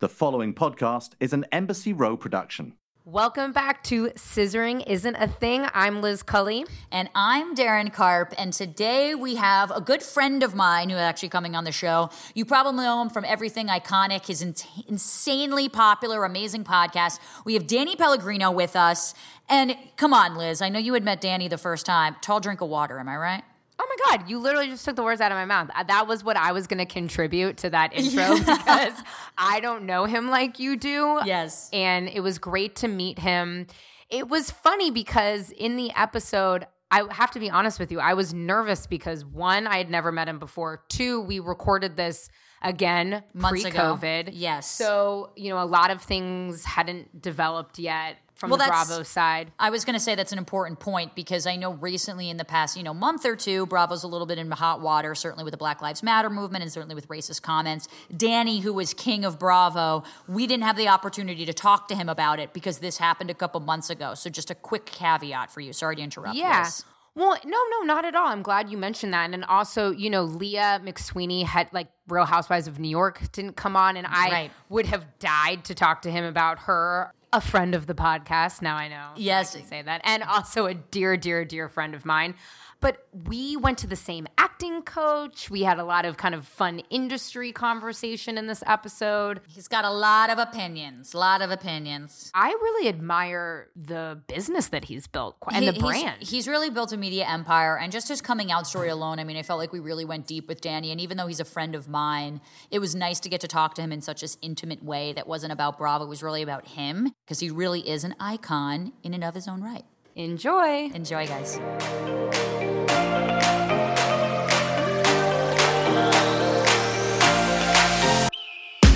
The following podcast is an Embassy Row production. Welcome back to Scissoring Isn't a Thing. I'm Liz Cully. And I'm Darren Karp, and today we have a good friend of mine who is actually coming on the show. You probably know him from Everything Iconic, his in- insanely popular, amazing podcast. We have Danny Pellegrino with us. And come on, Liz, I know you had met Danny the first time. Tall drink of water, am I right? Oh my God, you literally just took the words out of my mouth. Uh, That was what I was going to contribute to that intro because I don't know him like you do. Yes. And it was great to meet him. It was funny because in the episode, I have to be honest with you, I was nervous because one, I had never met him before. Two, we recorded this again Months ago. pre-COVID. Yes. So, you know, a lot of things hadn't developed yet from Well, the that's- Bravo side. I was going to say that's an important point because I know recently in the past, you know, month or two, Bravo's a little bit in hot water, certainly with the Black Lives Matter movement and certainly with racist comments. Danny, who was king of Bravo, we didn't have the opportunity to talk to him about it because this happened a couple months ago. So just a quick caveat for you. Sorry to interrupt. Yeah. Liz. Well, no, no, not at all. I'm glad you mentioned that. And then also, you know, Leah McSweeney had like Real Housewives of New York didn't come on, and I Right. would have died to talk to him about her. A friend of the podcast. Now I know. Yes. I can say that. And also a dear, dear, dear friend of mine. But we went to the same acting coach. We had a lot of kind of fun industry conversation in this episode. He's got a lot of opinions, a lot of opinions. I really admire the business that he's built qu- and He- the he's- brand. He's, really built a media empire, and just his coming out story alone, I mean, I felt like we really went deep with Danny. And even though he's a friend of mine, it was nice to get to talk to him in such an intimate way that wasn't about Bravo. It was really about him because he really is an icon in and of his own right. Enjoy. Enjoy, guys.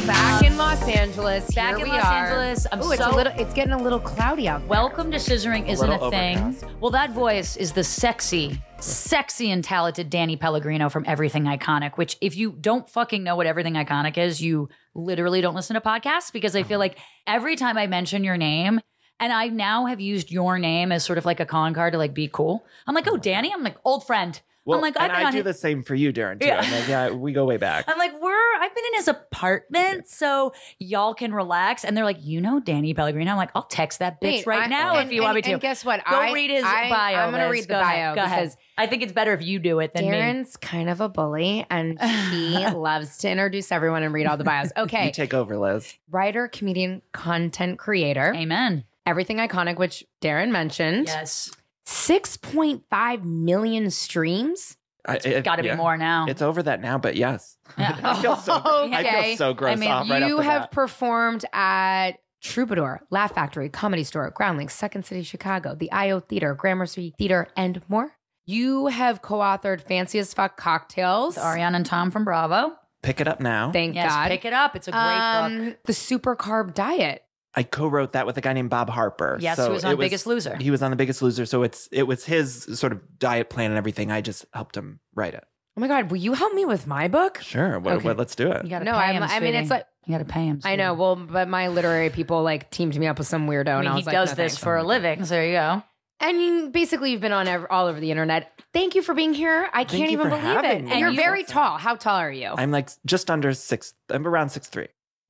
Back in Los Angeles. Back Here in we Los are. Angeles. I'm Ooh, it's so- a little. It's getting a little cloudy out. Welcome to Scissoring Isn't a, Thing. Well, that voice is the sexy, sexy and talented Danny Pellegrino from Everything Iconic, which, if you don't fucking know what Everything Iconic is, you literally don't listen to podcasts because I feel like every time I mention your name, and I now have used your name as sort of like a con card to like be cool. I'm like, oh, Danny. I'm like old friend. Well, I'm like, I've and been I on. do his- the same for you, Darren. Too. Yeah. I'm like, yeah, we go way back. I'm like, we're. I've been in his apartment, so y'all can relax. And they're like, you know, Danny Pellegrino. I'm like, I'll text that bitch Wait, right I- now and- if you want me and- to. and guess what? Go I- read his I- bio. I'm gonna Liz. read the Go ahead. bio Go ahead. because- I think it's better if you do it than me. Darren's kind of a bully, and he loves to introduce everyone and read all the bios. Okay, You take over, Liz. writer, comedian, content creator, Amen. everything iconic, which Darren mentioned. Yes, Six point five million streams. I- it- got to yeah. be more now. It's over that now, but yes, Yeah. I feel so. I Okay. feel so gross I mean, off right off you the have bat. performed at Troubadour, Laugh Factory, Comedy Store, Groundlings, Second City Chicago, the IO Theater, Gramercy Theater, and more. You have co-authored Fancy as Fuck Cocktails. Ariane and Tom from Bravo. Pick it up now. Thank yes, God. pick it up. It's a great book. Um, The Super Carb Diet. I co-wrote that with a guy named Bob Harper. Yes, so who was on it Biggest Loser. He was on the Biggest Loser, so it's it was his sort of diet plan and everything. I just helped him write it. Oh my God, will you help me with my book? Sure, what, Okay. what, let's do You it. got to No, pay I'm- him. I mean, it's sweetie. like- you got to pay him. I know. sweetie. Well, but my literary people like teamed me up with some weirdo, I and mean, I he was like, does no, this thanks. for a living, so there you go. And you- basically, you've been on ev- all over the internet. Thank you for being here. I can't you even for believe it. having me. And you're You- very tall. How tall are you? I'm like just under six. I'm around six three.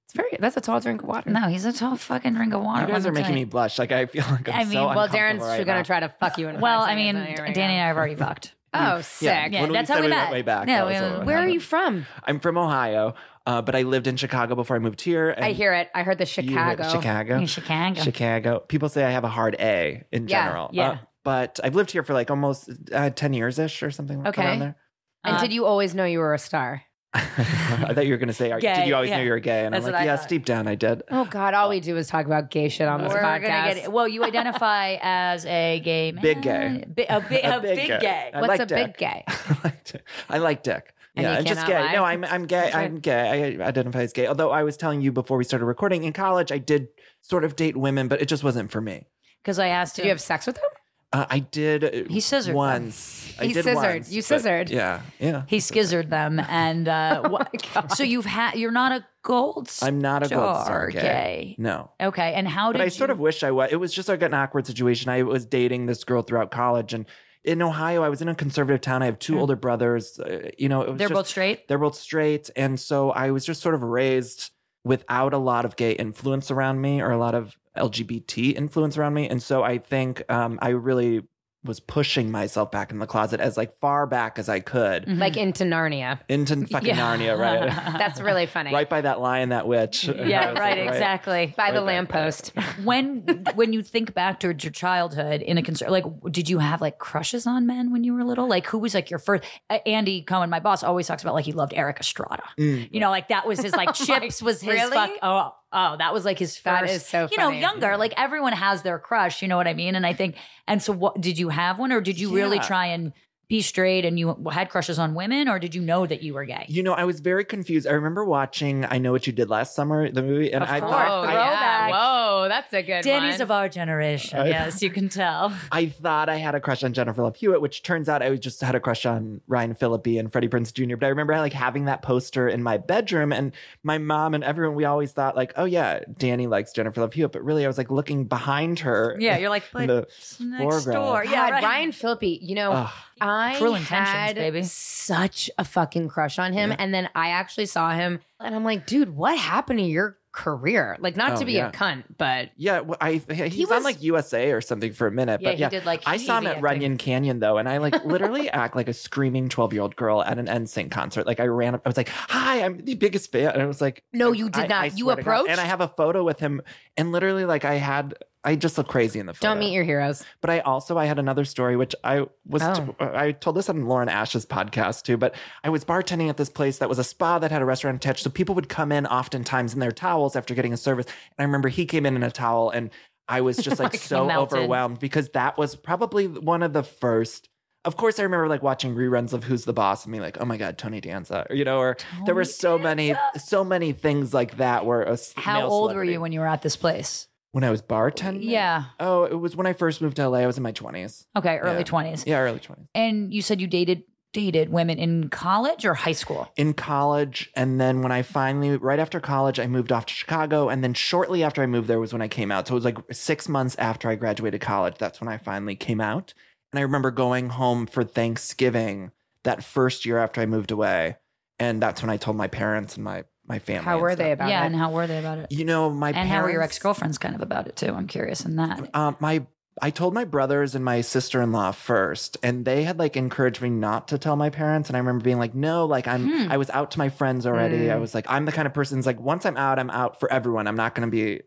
it's very. That's a tall drink of water. No, he's a tall fucking drink of water. You guys let are me making tell me you. blush. Like I feel like I'm I mean, so Well, uncomfortable Darren's right gonna now. try to fuck you in. five Well, I mean, seconds. Here we go. Danny and I have already fucked. Oh, sick. Yeah, When we that's how said we we went met. way back, Yeah, that was we- what Where are happened. you from? I'm from Ohio, uh, but I lived in Chicago before I moved here. And I hear it. I heard the you heard Chicago. Chicago. In Chicago. Chicago. People say I have a hard A in Yeah, general. yeah. Uh, but I've lived here for like almost uh, 10 years ish or something Okay. around there. And Uh, did you always know you were a star? I thought you were going to say, are- Gay, did you always yeah. know you were gay? And That's I'm what I like, yes, thought. deep down I did. Oh God! All we do is talk about gay shit on this We're podcast. gonna get it. Well, you identify as a gay man. Big gay. Bi- a, bi- a, big, gay. I What's like a big dick. gay? I like dick. I like dick. And yeah, you I'm just cannot gay. lie? No, I'm I'm gay. right. I'm gay. I identify as gay. Although I was telling you before we started recording, in college I did sort of date women, but it just wasn't for me. Because I asked Did him. you have sex with him? Uh, I did. uh, He scissored them. once. I He did scissored. once, You but- scissored. Yeah, yeah. he scissored them, and uh, Oh what- so you've had. You're not a gold. I'm not a gold Star star gay. gay. No. okay, and how did But I you, sort of wish I was. It was just like an awkward situation. I was dating this girl throughout college, and in Ohio, I was in a conservative town. I have two older brothers. Uh, you know, it was Hmm. They're just- both straight. they're both straight, and so I was just sort of raised without a lot of gay influence around me or a lot of LGBT influence around me. And so I think um, I really was pushing myself back in the closet as like far back as I could Mm-hmm. like into Narnia. into fucking Narnia, right? That's really funny. right by that lion, that witch. And I yeah, was right, like, exactly. By the Right back there. lamppost. when when you think back towards your childhood in a concern, like did you have like crushes on men when you were little? Like who was like your first? Uh, Andy Cohen, my boss, always talks about like he loved Eric Estrada. Mm. You know, like that was his like chips was his really? fuck. Oh, oh, that was like his first. That is so you know, funny. younger. Like everyone has their crush. You know what I mean? And I think. And so, what did you have one, or did you really Yeah. try and be straight and you had crushes on women, or did you know that you were gay? You know, I was very confused. I remember watching I Know What You Did Last Summer, the movie, and Of I course. Oh, thought I, yeah. Throwback. Whoa, that's a good Danny's one. of our generation. I- yes, you can tell. I thought I had a crush on Jennifer Love Hewitt, which turns out I was just had a crush on Ryan Phillippe and Freddie Prince Jr. But I remember like having that poster in my bedroom, and my mom and everyone we always thought like, oh yeah, Danny likes Jennifer Love Hewitt, but really I was like looking behind her. Yeah, you're like, but in the next foreground. door. God, Yeah, right. Ryan Phillippe, you know, Ugh. I Cruel Intentions, had baby. such a fucking crush on him. Yeah. And then I actually saw him and I'm like, dude, what happened to your career? Like, not Oh, to be yeah. a cunt, but Yeah, well, I he's was- on like USA or something for a minute, Yeah, but he yeah, did like. I saw him TV, at I think. Runyon Canyon though, and I like literally act like a screaming twelve year old girl at an NSYNC concert. Like I ran up, I was like, "Hi, I'm the biggest fan," and I was like, no, you did I- not. I you swear to God. approached. and I have a photo with him, and literally like I had, I just look crazy in the photo. Don't meet your heroes. But I also I had another story which I was Oh. I told this on Lauren Ash's podcast too. But I was bartending at this place that was a spa that had a restaurant attached, so people would come in oftentimes in their towels after getting a service. And I remember he came in in a towel, and I was just like Like, he so melted. overwhelmed because that was probably one of the first. Of course, I remember like watching reruns of Who's the Boss and being like, "Oh my God, Tony Danza," or you know, or there were Tony so many, Danza. so many things like that. Where a s- How male old were celebrity- you when you were at this place? when I was bartending? Yeah. Oh, it was when I first moved to LA. I was in my twenties. Okay, early Yeah. 20s. Yeah, early 20s. And you said you dated dated women in college or high school? In college. And then when I finally, right after college, I moved off to Chicago. And then shortly after I moved there was when I came out. So it was like six months after I graduated college. That's when I finally came out. And I remember going home for Thanksgiving that first year after I moved away. And that's when I told my parents and my, my family. How and were stuff. they about yeah, it? and how were they about it? You know, my and parents. how were your ex-girlfriends kind of about it too? I'm curious in that. Um, my I told my brothers and my sister in law first, and they had like encouraged me not to tell my parents. And I remember being like, "No, like I'm Hmm. I was out to my friends already. Mm. I was like, I'm the kind of person's like once I'm out, I'm out for everyone. I'm not going to be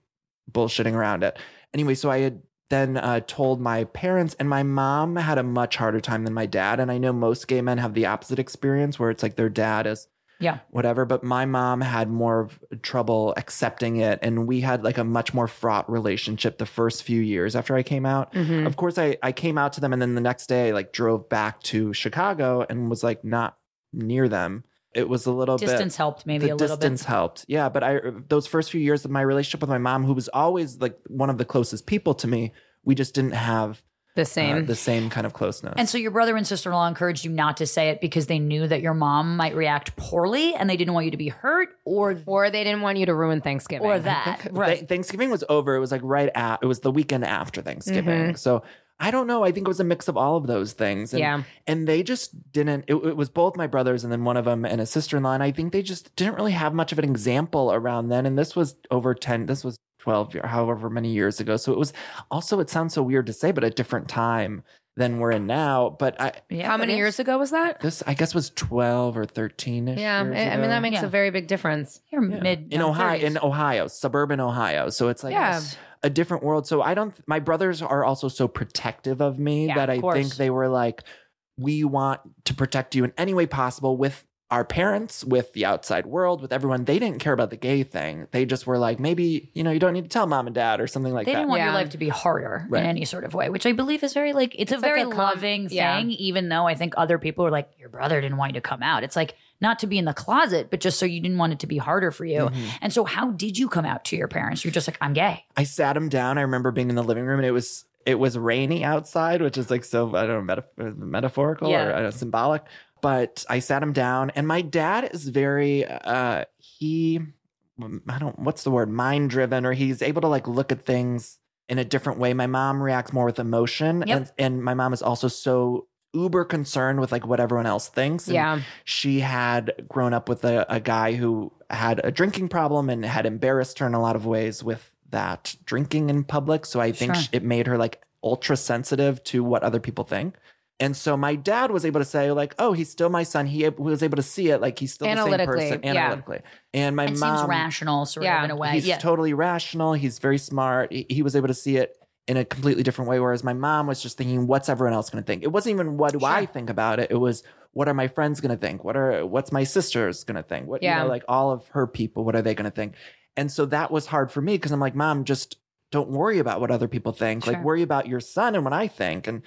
bullshitting around it." Anyway, so I had then uh, told my parents, and my mom had a much harder time than my dad. And I know most gay men have the opposite experience, where it's like their dad is Yeah. whatever. But my mom had more of trouble accepting it. And we had like a much more fraught relationship the first few years after I came out. Mhm. Of course, I, I came out to them and then the next day, like drove back to Chicago and was like not near them. It was a little bit Distance helped maybe the a little distance bit. helped. Yeah, but I those first few years of my relationship with my mom, who was always like one of the closest people to me, we just didn't have The uh, same. the same kind of closeness. And so your brother and sister-in-law encouraged you not to say it because they knew that your mom might react poorly and they didn't want you to be hurt or or they didn't want you to ruin Thanksgiving. or that. Th- Thanksgiving was over. It was like right at. It was the weekend after Thanksgiving. Mm-hmm. So I don't know. I think it was a mix of all of those things. And, Yeah. And they just didn't. It, it was both my brothers and then one of them and a sister in law. And I think they just didn't really have much of an example around then. And this was over ten. This was twelve or however many years ago. So it was also. It sounds so weird to say, but a different time than we're in now. But I. Yeah, How but many it's- years ago was that? This I guess was twelve or thirteen. Yeah. I I mean, that makes Yeah. a very big difference. You're mid in young Ohio, 30s. in Ohio, suburban Ohio. So it's like Yeah. a different world. So I don't. My brothers are also so protective of me Yeah, that of I course. think they were like, "We want to protect you in any way possible with our parents, with the outside world, with everyone." They didn't care about the gay thing. They just were like, "Maybe you know, you don't need to tell mom and dad or something like they that." didn't want Yeah. your life to be harder Right. in any sort of way, which I believe is very like it's, a It's like very a com- loving yeah. thing. Even though I think other people are like, your brother didn't want you to come out. It's like not to be in the closet, but just so you didn't want it to be harder for you. Mhm. And so, how did you come out to your parents? You're just like, I'm gay. I sat him down. I remember being in the living room, and it was it was rainy outside, which is like so I don't know metaf- metaphorical Yeah. or I don't know, symbolic. But I sat him down, and my dad is very uh he I don't what's the word mind driven, or he's able to like look at things in a different way. My mom reacts more with emotion, Yep. and and my mom is also so uber concerned with like what everyone else thinks. And Yeah. She had grown up with a, a guy who had a drinking problem and had embarrassed her in a lot of ways with that drinking in public. So I think Sure. sh it made her like ultra sensitive to what other people think. And so my dad was able to say like, oh, he's still my son. He ab- was able to see it like he's still the same Analytically, person yeah. analytically. And my and mom seems rational, sort Yeah. of in a way. He's yeah. totally rational. He's very smart. He, he was able to see it in a completely different way. Whereas my mom was just thinking, what's everyone else going to think? It wasn't even what do I Sure. think about it. It was what are my friends going to think? What are what's my sisters going to think? What Yeah. you know, like all of her people, what are they going to think? And so that was hard for me because I'm like, mom, just don't worry about what other people think. Sure. Like worry about your son and what I think. And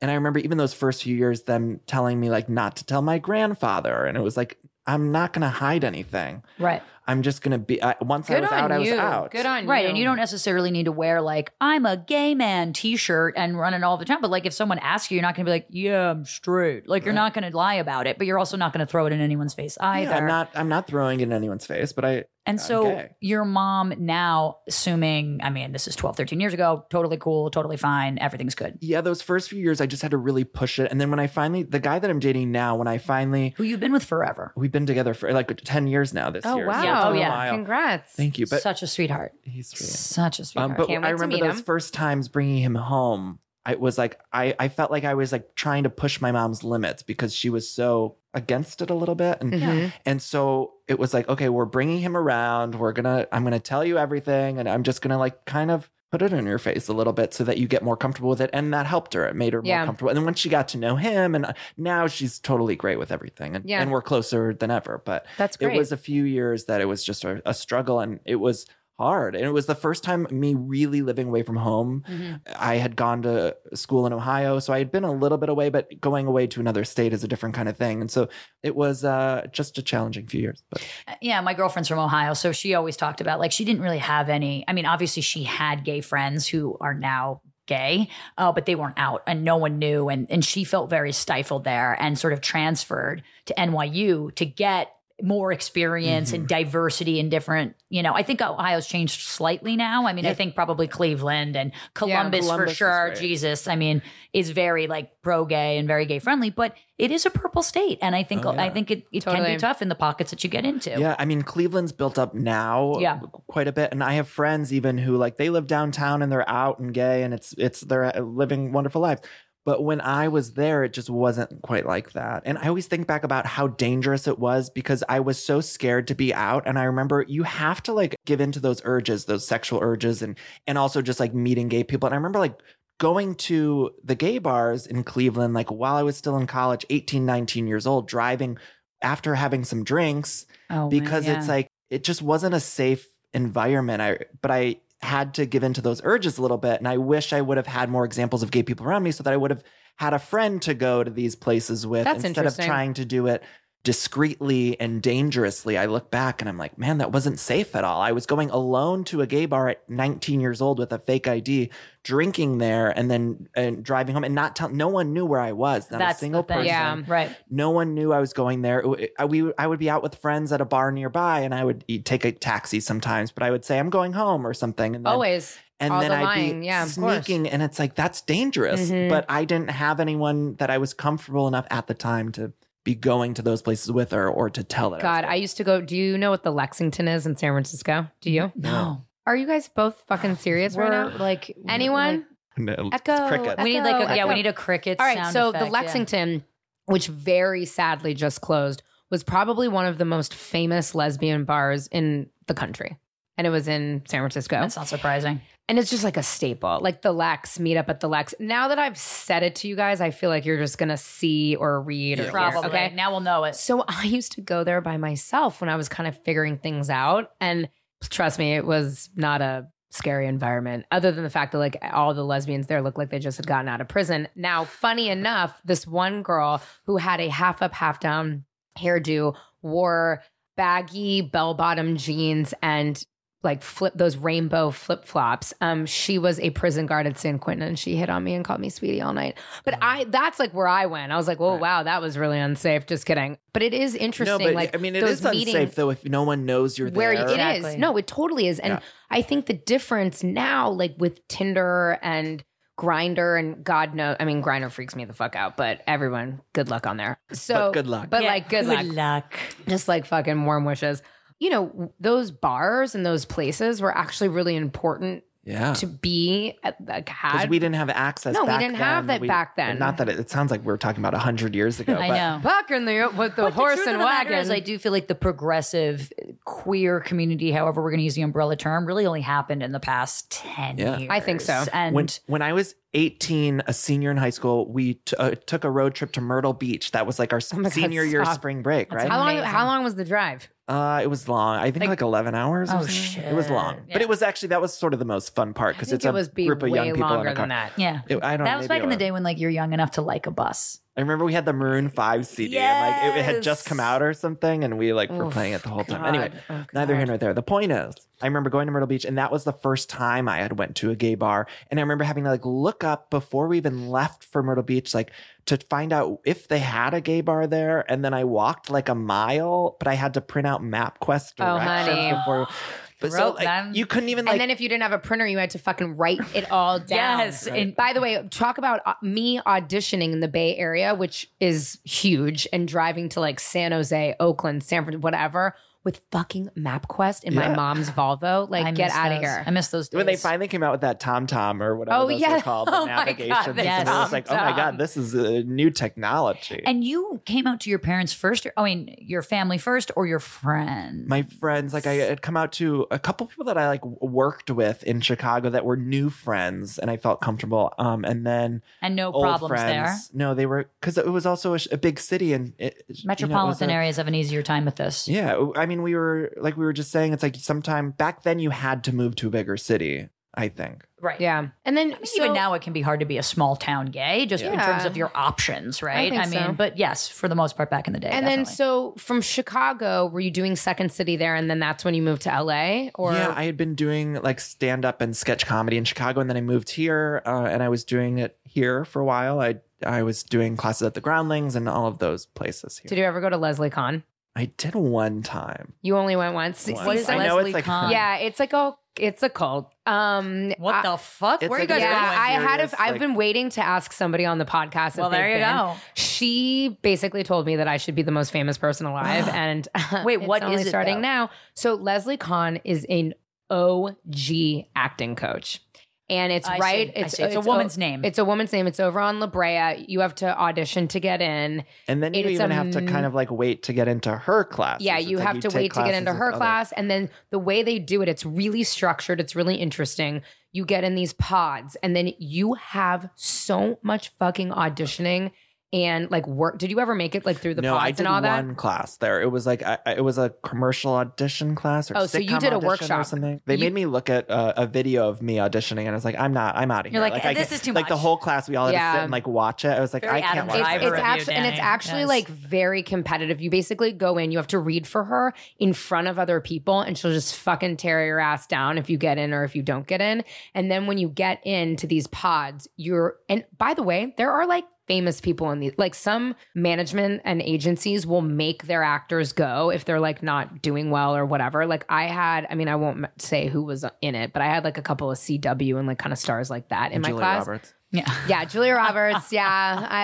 and I remember even those first few years, them telling me like not to tell my grandfather, and it was like. I'm not going to hide anything. right. I'm just going to be. I, once I Good was on out, I was you. out. Good on you. Right. And you don't necessarily need to wear like I'm a gay man t-shirt and run it all the time. But like if someone asks you, you're not gonna be like, Yeah, I'm straight. Like you're not gonna lie about it, but you're also not gonna throw it in anyone's face either. Yeah, I'm not. I'm not throwing it in anyone's face, but I. And so Okay. your mom now, assuming, I mean, this is 12, 13 years ago, totally cool, totally fine, everything's good. Yeah, those first few years, I just had to really push it, and then when I finally, the guy that I'm dating now, when I finally, Who you've been with forever. we've been together for like ten years now. This Oh year. wow! it's Yeah. Oh, been a yeah. while. Congrats. Thank you, but Such a sweetheart. he's sweet. Such a Um, sweetheart. but Can't wait I to remember meet those him. first times bringing him home. I was like, I, I felt like I was like trying to push my mom's limits because she was so against it a little bit, and Mhm. And so it was like, okay, we're bringing him around. We're going to, I'm going to tell you everything. And I'm just going to like kind of put it in your face a little bit so that you get more comfortable with it. And that helped her. It made her Yeah. more comfortable. And then once she got to know him, and uh, now she's totally great with everything. And, Yeah. and we're closer than ever. But That's great. it was a few years that it was just a, a struggle and it was hard. And it was the first time me really living away from home. Mm-hmm. I had gone to school in Ohio, so I had been a little bit away, but going away to another state is a different kind of thing. And so it was uh, just a challenging few years. But Uh, yeah, my girlfriend's from Ohio, so she always talked about like she didn't really have any. I mean, obviously she had gay friends who are now gay, uh, but they weren't out and no one knew, and and she felt very stifled there and sort of transferred to NYU to get more experience and Mm-hmm. diversity and different. You know, I think Ohio's changed slightly now. I mean, I Yeah. think probably Cleveland and Columbus, Columbus for is sure. great. Jesus, I mean, is very like pro gay and very gay friendly, but it is a purple state, and I think Oh, yeah. I think it, it can Totally. be tough in the pockets that you get into. yeah, I mean, Cleveland's built up now Yeah. quite a bit. And I have friends even who like they live downtown and they're out and gay and it's, it's, they're uh, living wonderful lives. But when I was there, it just wasn't quite like that. And I always think back about how dangerous it was because I was so scared to be out. And I remember you have to like give in to those urges, those sexual urges, and and also just like meeting gay people. And I remember like going to the gay bars in Cleveland, like while I was still in college, 18, 19 years old, driving after having some drinks Oh, because it's like it just wasn't a safe environment. I but I had to give in to those urges a little bit, and I wish I would have had more examples of gay people around me so that I would have had a friend to go to these places with That's instead of interesting. trying to do it discreetly and dangerously. I look back and I'm like, man, that wasn't safe at all. I was going alone to a gay bar at 19 years old with a fake ID, drinking there, and then and driving home, and not tell. No one knew where I was. Not That's a single the thing. person. Yeah. right. No one knew I was going there. It- I- We, I would be out with friends at a bar nearby, and I would e- take a taxi sometimes. But I would say I'm going home or something, and then, Always. and Oh, all then the I'd lying. be Yeah, of course. sneaking, and it's like that's dangerous. Mhm. But I didn't have anyone that I was comfortable enough at the time to be going to those places with her or to tell her. God, I used to go. Do you know what the Lexington is in San Francisco? Do you? No, Mm-hmm. Are you guys both fucking serious right now? like Anyone? no, Echo, crickets. echo, we need like a, yeah, echo. we need a cricket. All right, sound so effect, the yeah. Lexington, which very sadly just closed, was probably one of the most famous lesbian bars in the country. And it was in San Francisco. That's not surprising. And it's just like a staple, like the Lex, meet up at the Lex. Now that I've said it to you guys, I feel like you're just going to see or read or hear, Probably. Okay. Now we'll know it. So I used to go there by myself when I was kind of figuring things out. And trust me, it was not a scary environment, other than the fact that like all the lesbians there looked like they just had gotten out of prison. Now, funny enough, this one girl who had a half up, half down hairdo wore baggy bell bottom jeans and like flip those rainbow flip flops. Um, she was a prison guard at San Quentin and she hit on me and called me sweetie all night. But I, that's like where I went. I was like, whoa, Right. wow, that was really unsafe. Just kidding. But it is interesting. No, but like, I mean, it those is meetings unsafe though if no one knows you're where there. it Exactly. is. No, it totally is. And Yeah. I think the difference now, like with Tinder and Grinder and God knows, I mean, Grinder freaks me the fuck out, but everyone, good luck on there. So But good luck. But Yeah, like, good, luck. Just like fucking warm wishes. You know, those bars and those places were actually really important Yeah. to be uh, like Because had. we didn't have access. No, we back didn't then. have that We- back then. Not that it, it sounds like we were talking about hundred years ago. I but know. Back in the with the But horse truth and of the matter wagon. Is I do feel like the progressive queer community, however we're going to use the umbrella term, really only happened in the past ten Yeah. years. I think so. And When when I was 18, a senior in high school, we t- uh, took a road trip to Myrtle Beach. That was like our Oh my God, senior year stop. spring break, That's right? how long? Amazing. How long was the drive? Uh, it was long. I think Like- like, 11 hours. or Oh, something. It was shit. long, Yeah. but it was actually that was sort of the most fun part I because think it's it a was be group of way young people in longer a car. than that. yeah, It- I don't. that was maybe back in the it day when like you're young enough to like a bus. I remember we had the Maroon Five CD, and like it, it had just Yes. come out or something, and we like were Oof, playing it the whole time. Anyway, God. Oh, neither here God. nor there. The point is, I remember going to Myrtle Beach, and that was the first time I had went to a gay bar, and I remember having to like look up before we even left for Myrtle Beach, like to find out if they had a gay bar there, and then I walked like a mile, but I had to print out MapQuest Oh, directions honey. before. But so Broke like, them. you couldn't even and like then if you didn't have a printer, you had to fucking write it all down. Yes, Right. and- by the way, talk about uh, me auditioning in the Bay Area, which is huge, and driving to like San Jose, Oakland, San Francisco, whatever, with fucking MapQuest in my Yeah. mom's Volvo. Like, I get miss out of those. here. I miss those days. when they finally came out with that Tom Tom or whatever Oh, those yeah. were called, Oh, my the God, navigation the system, it was like, oh my Tom-Tom. god, this is a new technology. and you came out to your parents first. Or, I mean, your family first, or your friend. my friends like i had come out to a couple people that i like w- worked with in chicago that were new friends and i felt comfortable um and then and no old problems there. friends no they were because it was also a, sh- a big city and it, you know, it was Metropolitan a- areas have an easier time with this. yeah i mean we were like we were just saying it's like sometime back then you had to move to a bigger city i think Right. yeah. And then I mean, so- even now it can be hard to be a small town gay just in Yeah. terms of your options, right? think I, mean, so. but yes, for the most part, back in the day. And then definitely. so from Chicago, were you doing Second City there, and then that's when you moved to LA? Or yeah i had been doing like stand up and sketch comedy in chicago and then i moved here uh, and i was doing it here for a while i i was doing classes at the groundlings and all of those places here did you ever go to Leslie Con? i did one time You only went once. Once. See, is so- I know Leslie it's like Kahn? yeah, it's like a it's a cult. Um, what I- the fuck? It's Where are you like a guys very Yeah, going? I had. A, serious, I've like- been waiting to ask somebody on the podcast. if well, there they've you been. go. She basically told me that I should be the most famous person alive, and Wait, it's what only is it, starting though? now? So Leslie Kahn is an OG acting coach, and it's I right. see, I see. It's a woman's name. It's a woman's name. It's over on La Brea. You have to audition to get in. And then you It's, even have to um, kind of like wait to get into her class. Yeah, you have to wait to get into her class. And then the way they do it, it's really structured, it's really interesting. You get in these pods, and then you have so much fucking auditioning and like work. Did you ever make it like through the no, pods I did and all that? one class there. It was like I, I- it was a commercial audition class. Or Oh, so you sitcom did a audition workshop. or something. They You- made me look at uh, a video of me auditioning, and I was like, I'm not. I'm out of here. You're like, I "This is can't- too Like the much." whole class, we all had to Yeah. sit and like watch it. I was like, Very I can't Adam watch It's, Driver this. it's review, actually and it's Danny. actually Yes. like very competitive. You basically go in, you have to read for her in front of other people, and she'll just fucking tear your ass down if you get in or if you don't get in. And then when you get into these pods, you're and by the way, there are like famous people in these like some management and agencies will make their actors go if they're like not doing well or whatever like i had i mean i won't m- say who was in it but i had like a couple of cw and like kind of stars like that in my Julia class Roberts. Yeah. yeah, Julia Roberts. Yeah,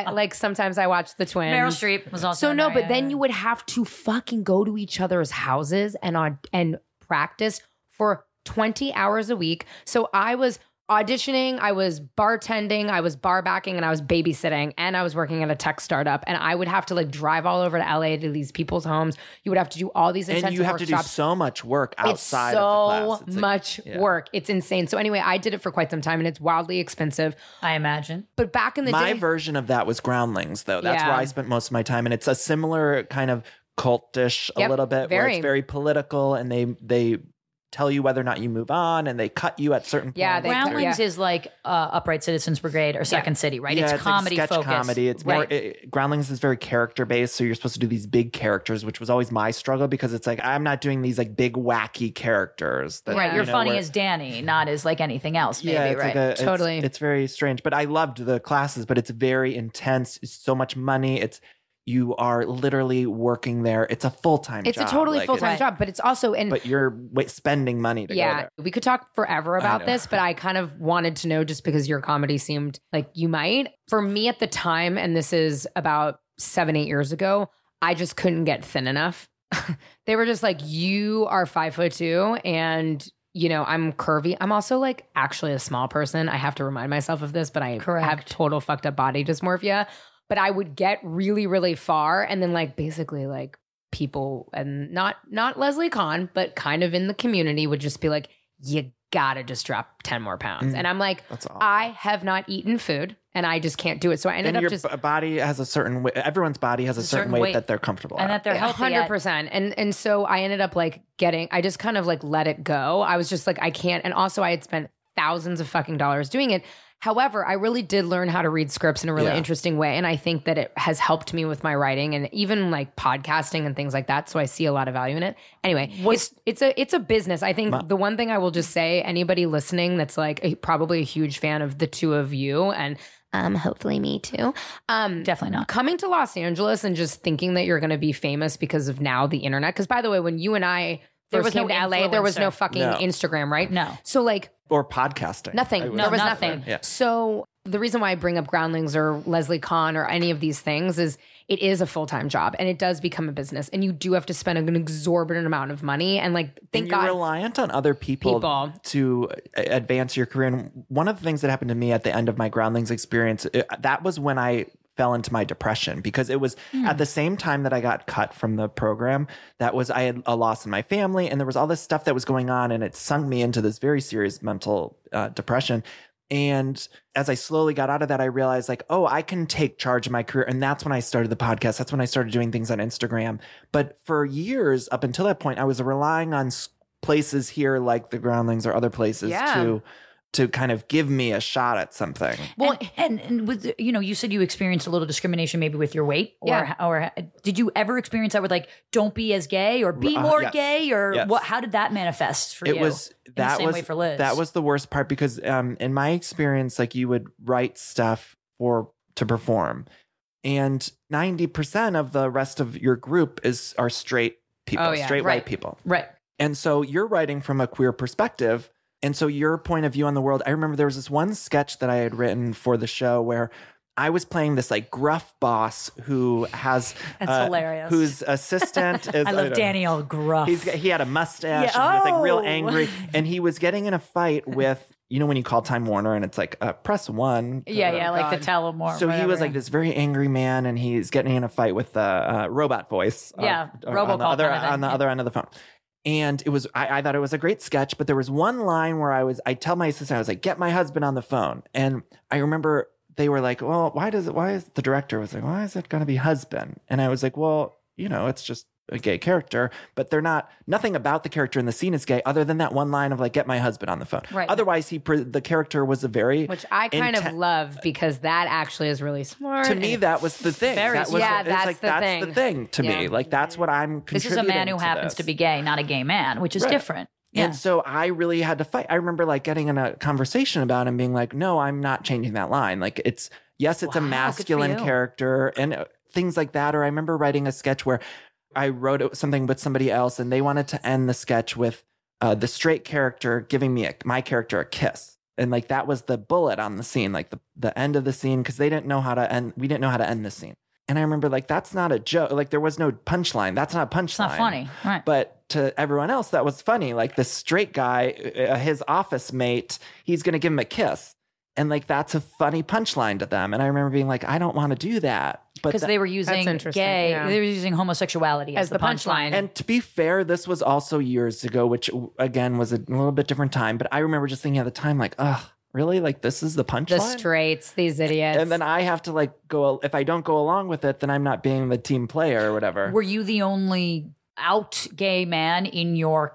I like sometimes I watch the twins. Meryl Streep was also. So in no, there, but yeah, then yeah. you would have to fucking go to each other's houses and on and practice for twenty hours a week. So I was auditioning, I was bartending, I was bar backing, and I was babysitting, and I was working at a tech startup. And I would have to like drive all over to LA to these people's homes. You would have to do all these intensive And you have to do workshops so much work outside it's so of the class. It's like- much yeah. work. It's insane. So anyway, I did it for quite some time, and it's wildly expensive. I imagine. But back in the my day, version of that was groundlings though that's Yeah. where i spent most of my time and it's a similar kind of cultish Yep, a little bit where very. it's very political and they they tell you whether or not you move on and they cut you at certain Yeah, points they cut- Groundlings is like uh, Upright Citizens Brigade or Second City, right? Yeah, it's, like comedy sketch focused. comedy. It's more Right. it- Groundlings is very character based, so you're supposed to do these big characters, which was always my struggle because it's like I'm not doing these like big wacky characters. that, right. Yeah. You're you know, funny where- as Danny, not as like anything else. Maybe yeah, it's right. like a, it's- Totally. It's, very strange, but I loved the classes. But it's very intense. It's so much money. It's you are literally working there. It's a full time. It's a totally full time Right. job, but it's also and But you're wa- spending money to go yeah, there. we could talk forever about know. this, but I kind of wanted to know just because your comedy seemed like you might. For me at the time, and this is about seven, eight years ago, I just couldn't get thin enough. they were just like, you are five foot two, and you know, I'm curvy. I'm also like actually a small person. I have to remind myself of this, but I have Correct. total fucked up body dysmorphia. But I would get really, really far and then like basically like people and not not Leslie Kahn, but kind of in the community would just be like, you gotta just drop 10 more pounds. Mm. And I'm like, That's all. I have not eaten food and I just can't do it. So I ended and up your just b- body has a certain weight. Everyone's body has a, certain, weight, that they're comfortable and at. that they're healthy. hundred at. percent. And and so I ended up like getting. I just kind of like let it go. I was just like I can't. And also I had spent thousands of fucking dollars doing it. However, I really did learn how to read scripts in a really Yeah. interesting way, and I think that it has helped me with my writing and even like podcasting and things like that. So I see a lot of value in it. Anyway, it's it's a it's a business. I think the one thing I will just say, anybody listening that's like a, probably a huge fan of the two of you, and um, hopefully me too. Um, Definitely not. coming to Los Angeles and just thinking that you're going to be famous because of now the internet. Because by the way, when you and I There first was came no to LA, there was no influencer. fucking No. Instagram, right? No. So like or podcasting. I nothing. would- there was nothing. nothing. Yeah. So the reason why I bring up Groundlings or Leslie Kahn or any of these things is it is a full time job and it does become a business, and you do have to spend an exorbitant amount of money. And like, thank and you're God. reliant on other people, People. to a- advance your career. And one of the things that happened to me at the end of my Groundlings experience, it- that was when I fell into my depression because it was at the same time that I got cut from the program. That was I had a loss in my family, and there was all this stuff that was going on, and it sunk me into this very serious mental uh, depression. And as I slowly got out of that, I realized like, oh, I can take charge of my career. And that's when I started the podcast. That's when I started doing things on Instagram. But for years up until that point, I was relying on s- places here like the Groundlings or other places Yeah. to to kind of give me a shot at something. Well, and, and, with you know, you said you experienced a little discrimination maybe with your weight, or Yeah. or did you ever experience that with like, don't be as gay or be Uh, more yes. gay or Yes. what? How did that manifest for it you? was the that same was way for Liz. that was the worst part because um in my experience like you would write stuff for to perform and 90% of the rest of your group is are straight people Oh, yeah. straight Right. white people right. And so you're writing from a queer perspective. And so your point of view on the world. I remember there was this one sketch that I had written for the show where I was playing this like gruff boss who has uh, That's hilarious. Whose assistant is I love don't- Daniel Gruff. He's, he had a mustache Yeah, and he was like real oh. angry. And he was getting in a fight with, you know, when you call Time Warner and it's like, uh, press one. to yeah, yeah, like the God. Telemore. Oh, so he was whatever. like this very angry man, and he's getting in a fight with the uh, robot voice. of- Yeah, or on the robocall other kind of thing. on the other end of the phone. And it was I, I thought it was a great sketch, but there was one line where I was I tell my assistant I was like get my husband on the phone, and I remember they were like, well, why does it? Why is the director was like, why is it going to be husband? And I was like, well, you know, it's just a gay character, but they're not nothing about the character in the scene is gay other than that one line of like get my husband on the phone. Right. Otherwise, he pre- the character was a very which I kind Inten- of love because that actually is really smart. to me and- that was the thing Very that was Yeah, it's that's like the that's thing. the thing to me Yeah. like that's what i'm this is a man who contributing happens this. to be gay, not a gay man, which is Right. different. Yeah. and so i really had to fight i remember like getting in a conversation about him being like no i'm not changing that line like it's yes it's Wow, good a for masculine you. character and uh, things like that or i remember writing a sketch where i wrote it- something with somebody else and they wanted to end the sketch with uh, the straight character giving me a, my character a kiss and like that was the bullet on the scene like the, the end of the scene because they didn't know how to end we didn't know how to end the scene and i remember like that's not a joke like there was no punchline that's not a punchline it's not funny, right? but to everyone else that was funny like this straight guy uh, his office mate he's gonna give him a kiss and like that's a funny punchline to them and i remember being like i don't want to do that but Because th- they were using interesting, gay, yeah. they were using homosexuality as, As the punchline. and to be fair this was also years ago which again was a little bit different time but i remember just thinking at the time like ugh really like this is the punchline the straights, these idiots. and then i have to like go if i don't go along with it then i'm not being the team player or whatever Were you the only out gay man in your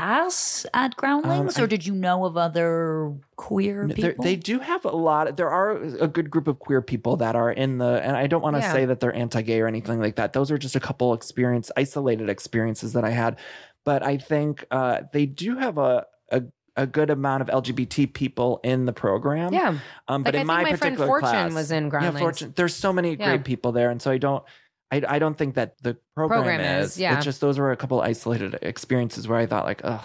class at Groundlings, Um, I- or did you know of other queer There- people? They do have a lot. There are a good group of queer people that are in the, and I don't want to Yeah. say that they're anti-gay or anything like that. Those are just a couple experience, isolated experiences that I had. But I think uh, they do have a, a a good amount of LGBT people in the program. yeah. Like Um, I but in think my, my friend particular Fortune class, was in Groundlings. Yeah, Fortune. There's so many Yeah. great people there, and so I don't. I, I don't think that the program, Program is. is, yeah. It's just those were a couple isolated experiences where I thought like, ugh,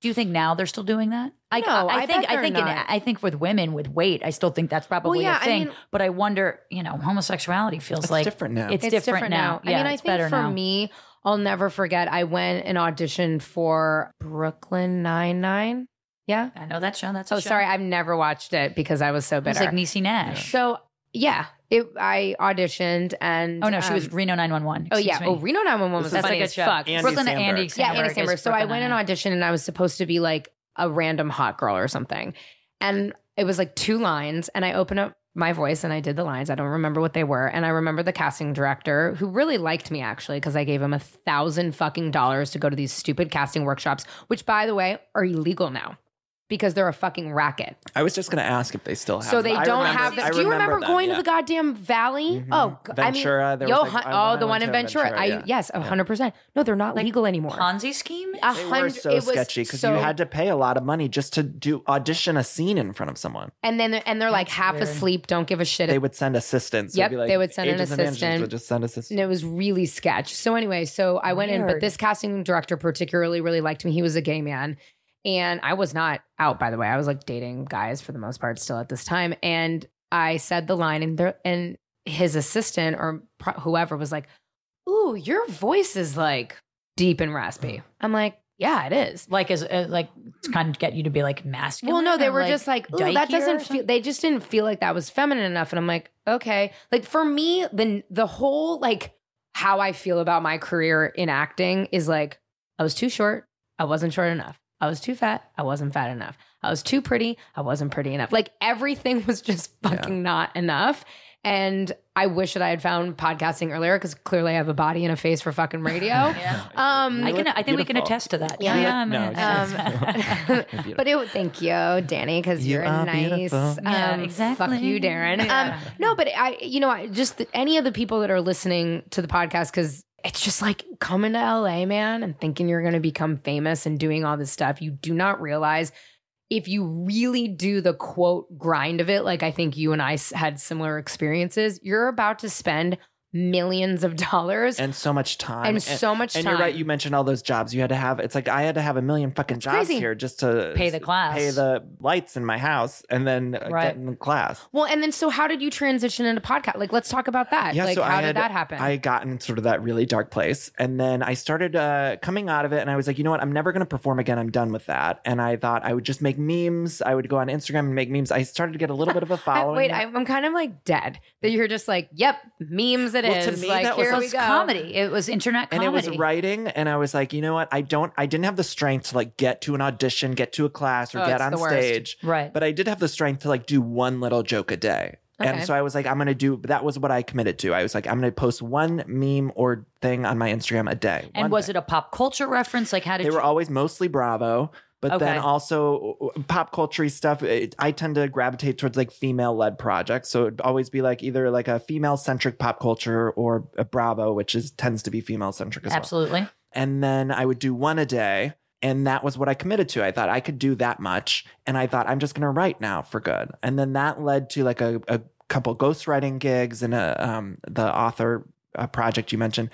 Do you think now they're still doing that? I, No, I, I think bet I they're think in, not. I think with women with weight, I still think that's probably yeah, a I thing. mean- but I wonder, you know, homosexuality feels it's like different now. it's different now. Yeah, I mean, it's I think better for now. me, I'll never forget. I went and auditioned for Brooklyn Nine Nine. Yeah. I know that show. That's a Oh, show. sorry, I've never watched it because I was so It's bitter. like Niecy Nash. so yeah, it, I auditioned and Oh no, she um, was Reno 911. Oh Excuse yeah. me. Oh, Reno 911 was that's funny like a as show. fuck. Andy Brooklyn Sandberg. Andy yeah, Andy Samberg Samberg. is So I Brooklyn went and Nine-Nine. auditioned, and I was supposed to be like a random hot girl or something, and it was like two lines, and I opened up my voice and I did the lines. I don't remember what they were, and I remember the casting director who really liked me actually because I gave him a thousand fucking dollars to go to these stupid casting workshops, which by the way are illegal now. Because they're a fucking racket, I was just gonna ask if they still have. so they them. I don't remember- have. I This. Do you remember, them, going yeah. to the goddamn valley? Mhm. Oh, g- I mean, Ventura. there was, Yo, like, hun- I- oh, when the I one went in to Ventura. I yeah. yes, hundred percent. No, they're not Like legal anymore. Ponzi scheme. A They were hundred- so it was sketchy because so- you had to pay a lot of money just to do audition a scene in front of someone. and then and they're like That's half weird. asleep, don't give a shit. They would send assistants. It'd Yep, be like, they would send an agents and managers assistant. Would just send and assistants. it was really sketch. So anyway, so I went in, but Weird. this casting director particularly really liked me. He was a gay man, and I was not out. By the way, I was like dating guys for the most part still at this time, and I said the line, and there, and his assistant or pro- whoever was like, "Ooh, your voice is like deep and raspy." I'm like, "Yeah, it is." Like as uh, like to kind of get you to be like masculine. Well, no, they or, were just like, oh, that dykey or doesn't feel. something?" They just didn't feel like that was feminine enough, and I'm like, okay. Like for me, the the whole like how I feel about my career in acting is like I was too short, I wasn't short enough. I was too fat, I wasn't fat enough. I was too pretty, I wasn't pretty enough. Like everything was just fucking not enough. And I wish that I had found podcasting earlier because clearly I have a body and a face for fucking radio. Yeah. Um, You I can. look I think we can beautiful. attest to that. Yeah. I mean, No, it's- Um, But it thank you, Danny, because You you are are nice. um, beautiful. Yeah, Fuck exactly. you, Darren. Yeah. Um, no, but I, you know, I just any of the people that are listening to the podcast because it's just like coming to LA, man, and thinking you're going to become famous and doing all this stuff. You do not realize if you really do the quote grind of it. Like I think you and I s- had similar experiences. You're about to spend millions of dollars and, and so much time so much and time. you're right. You mentioned all those jobs you had to have. It's like I had to have a million fucking It's jobs crazy. here just to Pay the class. pay the lights in my house, and then uh, Right. get in the class. well, and then so how did you transition into podcast? Like, let's talk about that. Yeah, like, so how I did had- that happen? I had gotten sort of that really dark place, and then I started uh, coming out of it, and I was like, you know what? I'm never going to perform again. I'm done with that. And I thought I would just make memes. I would go on Instagram and make memes. I started to get a little bit of a I- following. wait, I'm, I'm kind of like dead that you're just like, yep, memes It is. Well, to me, like that was here It we was go. comedy. It was internet and comedy. it was writing and i was like you know what i don't i didn't have the strength to like get to an audition get to a class or Oh, get it's on the worst. stage Right. but i did have the strength to like do one little joke a day Okay. and so i was like i'm gonna do that was what i committed to i was like i'm gonna post one meme or thing on my instagram a day and was it a pop culture reference? Like how did they you? were always mostly bravo but Okay. then also uh, pop culture stuff it, i tend to gravitate towards like female led projects so it'd always be like either like a female centric pop culture or a bravo which is tends to be female centric as well Absolutely. and then I would do one a day. And that was what I committed to. I thought I could do that much. And I thought I'm just going to write now for good. And then that led to like a, a couple ghostwriting gigs and a, um, the author uh, project you mentioned.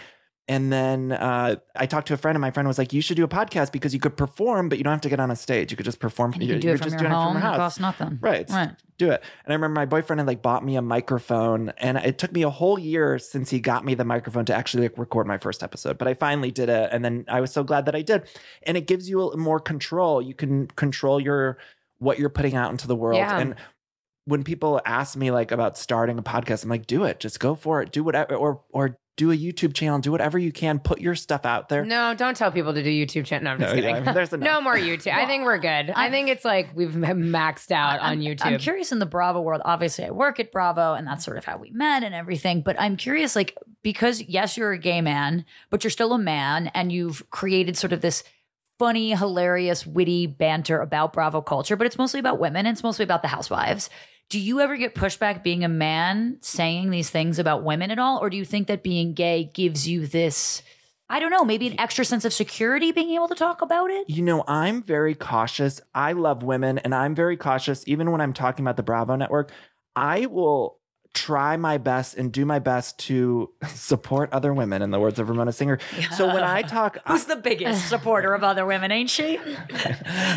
And then uh, I talked to a friend, and my friend was like, You should do a podcast because you could perform, but you don't have to get on a stage. You could just perform. And you can do you're it from just your doing home. It It from your house costs nothing. right, it's- Right. do it and i remember my boyfriend had like bought me a microphone and it took me a whole year since he got me the microphone to actually like record my first episode but i finally did it and then i was so glad that i did and it gives you a, more control you can control your what you're putting out into the world Yeah. and when people ask me like about starting a podcast i'm like do it just go for it do whatever or or do a youtube channel do whatever you can put your stuff out there No, don't tell people to do YouTube channel. No, I'm just yeah, kidding. I mean, there's no enough. more YouTube. I think we're good. I think it's like we've maxed out on I'm- YouTube. I'm curious in the Bravo world. Obviously, I work at Bravo, and that's sort of how we met and everything. But I'm curious, like, because yes, you're a gay man, but you're still a man, and you've created sort of this funny, hilarious, witty banter about Bravo culture, but it's mostly about women and it's mostly about the housewives. Do you ever get pushback being a man saying these things about women at all? Or do you think that being gay gives you this, I don't know, maybe an extra sense of security being able to talk about it? You know, I'm very cautious. I love women and I'm very cautious even when I'm talking about the Bravo network. I will try my best and do my best to support other women, in the words of Ramona Singer. So when I talk, Who's the biggest supporter of other women, ain't she?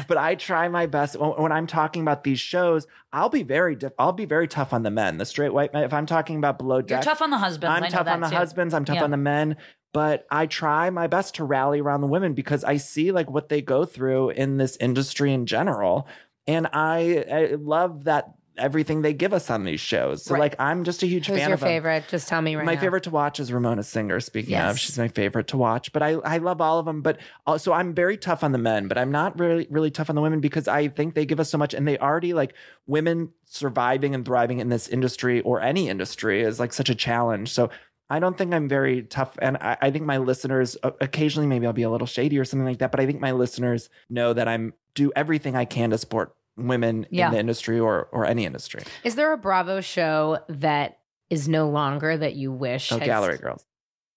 but I try my best when, when I'm talking about these shows. I'll be very, diff- I'll be very tough on the men, the straight white men. If I'm talking about below You're deck, tough on the husbands. I I'm know tough that on the too. husbands. I'm tough Yeah. on the men. But I try my best to rally around the women because I see like what they go through in this industry in general, and I, I love that everything they give us on these shows. So Right. like I'm just a huge Who's fan your of them. favorite? Just tell me right my now. favorite to watch is Ramona Singer. Speaking Yes. of, she's my favorite to watch. But I, I love all of them. But also, I'm very tough on the men, but I'm not really, really tough on the women because I think they give us so much, and they already like women surviving and thriving in this industry or any industry is like such a challenge. So. I don't think I'm very tough. And I, I think my listeners, o- occasionally, maybe I'll be a little shady or something like that. But I think my listeners know that I'm do everything I can to support women Yeah. in the industry or, or any industry. Is there a Bravo show that is no longer that you wish? Oh, had- Gallery Girls.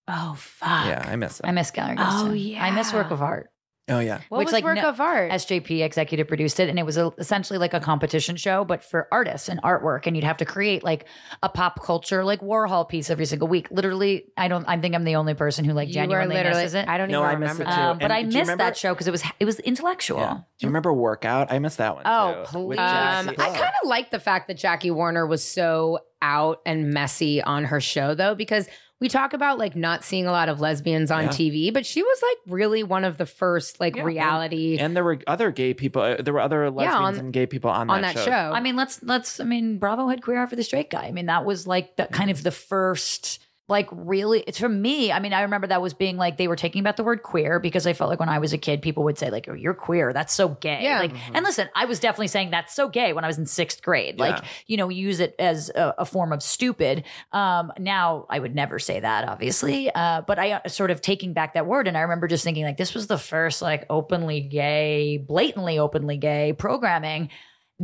Oh fuck. Yeah, I miss I them. miss Gallery Girls. Oh too. yeah. I miss Work of Art. Oh, yeah. What which, was like, work no- of art? SJP executive produced it, and it was a, essentially like a competition show, but for artists and artwork. And you'd have to create like a pop culture, like Warhol piece every single week. Literally, I don't. I think I'm the only person who like You are genuinely literally- misses it. I don't No, even I miss remember it that. too. um, but And I do you missed remember- that show because it was it was intellectual. Yeah. Do you remember Workout? I missed that one. Oh, too, with please. Jack Um, Yes. I kind of like the fact that Jackie Warner was so out and messy on her show, though, because we talk about like not seeing a lot of lesbians on Yeah. TV, but she was like really one of the first like Yeah. reality And there were other gay people. uh, There were other on- lesbians and gay people on, on that, show. I mean, let's let's. I mean, Bravo had Queer Eye for the Straight Guy. I mean, that was like the kind of the first. Like really, it's for me. I mean, I remember that was being like they were taking about the word queer because I felt like when I was a kid, people would say like, "Oh, you're queer. That's so gay." Yeah. Like, and listen, I was definitely saying that's so gay when I was in sixth grade. Like, Yeah. you know, use it as a, a form of stupid. Um, now I would never say that, obviously. Uh, but I uh, sort of taking back that word, and I remember just thinking like, this was the first like openly gay, blatantly openly gay programming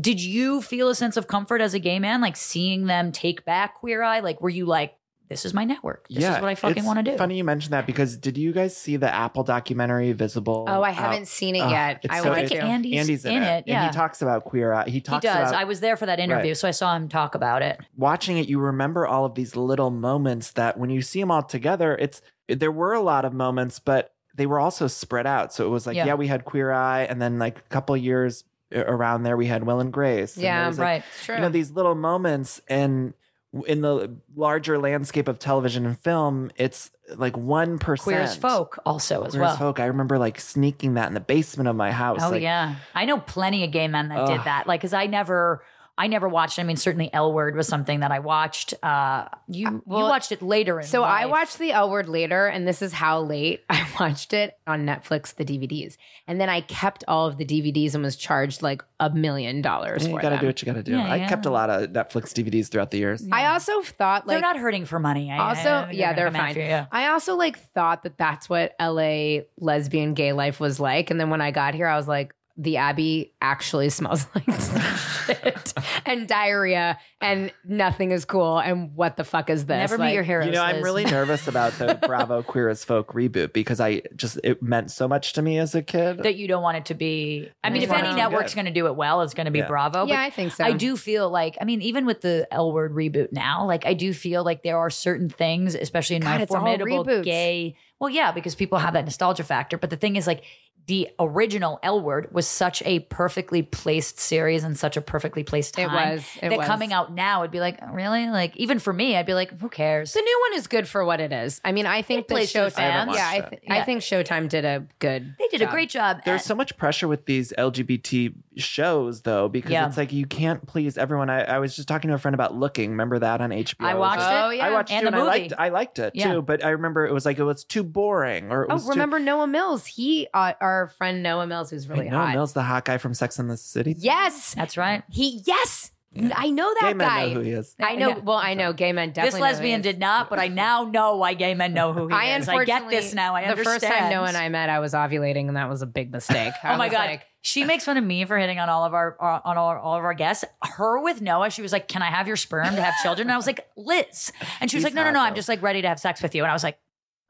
did you feel a sense of comfort as a gay man, like seeing them take back Queer Eye? Like, were you like, this is my network? This is what I fucking it's want to do. Funny you mentioned that because did you guys see the Apple documentary Visible? oh, I Out? haven't seen it Oh, yet. it's I so- want it's- to. Andy's, Andy's in, it. Yeah, And he talks about queer eye. He He talks does. about I was there for that interview, Right. so I saw him talk about it. watching it, you remember all of these little moments that when you see them all together, it's there were a lot of moments, but they were also spread out. So it was like, Yeah. yeah, we had Queer Eye, and then like a couple years a- around there, we had Will and Grace. and there Yeah, was, like, right. True. you know these little moments and in the larger landscape of television and film it's like one percent Queer as folk also as queer well. as folk i remember like sneaking that in the basement of my house Oh like, yeah, I know plenty of gay men that did Ugh. that. Like, cause I never, I never watched. I mean, certainly L Word was something that I watched. Uh, you well, you watched it later. In So I life. watched The L Word later, and this is how late I watched it on Netflix, the DVDs. And then I kept all of the DVDs and was charged like a million dollars you for gotta them. do what you gotta do Yeah, i yeah. kept a lot of netflix dvds throughout the years I also thought like they're not hurting for money. I, Also- I- yeah, gonna they're come after fine. you, yeah. I also like thought that that's what LA lesbian gay life was like. And then when I got here, I was like, the Abbey actually smells like shit and diarrhea and nothing is cool. And what the fuck is this? Never meet Like, your heroes. you know, I'm Liz. really nervous about the Bravo Queer as Folk reboot because I just it meant so much to me as a kid. that you don't want it to be. I You mean, just if want any it to be network's good. going to do it well, it's going to be Yeah. Bravo. Yeah, but I think so. I do feel like, I mean, even with the L word reboot now, like I do feel like there are certain things, especially in God, my it's all formidable reboots. gay. Well, yeah, because people have that nostalgia factor. But the thing is, like, the original L word was such a perfectly placed series and such a perfectly placed It time. was. It that was. coming out now would be like, "Oh, really? Like, even for me, I'd be like, who cares? The new one is good for what it is. I mean, I think It that plays to the Showtime. fans. yeah, I, I haven't th- watched I it. think Showtime did a good. They did a great job. There's so much pressure with these LGBT shows though, because Yeah. it's like you can't please everyone. I, I was just talking to a friend about looking. Remember that on HBO? I It was watched like- Oh, it. yeah. I watched And it and the I movie. liked I liked it Yeah. too, but I remember it was like it was too boring or it Oh, was too- remember Noah Mills? He, uh, our friend Noah Mills, who's really Wait, no, hot. Mill's the hot guy from Sex and the City. Yes, That's right. he. Yes, I know that Gay men guy. know who he is. I know. Yeah. Well, I know gay men definitely. know who this lesbian he is. did not, but I now know why gay men know who he I is. I unfortunately get this now. I the understand. first time Noah and I met, I was ovulating, and that was a big mistake. I Oh my was god, like, she makes fun of me for hitting on all of our uh, on all, all of our guests. Her with Noah, she was like, "Can I have your sperm to have children?" And I was like, "Liz," and she was He's like, "No, no, hot, no, I'm though. just like ready to have sex with you." And I was like,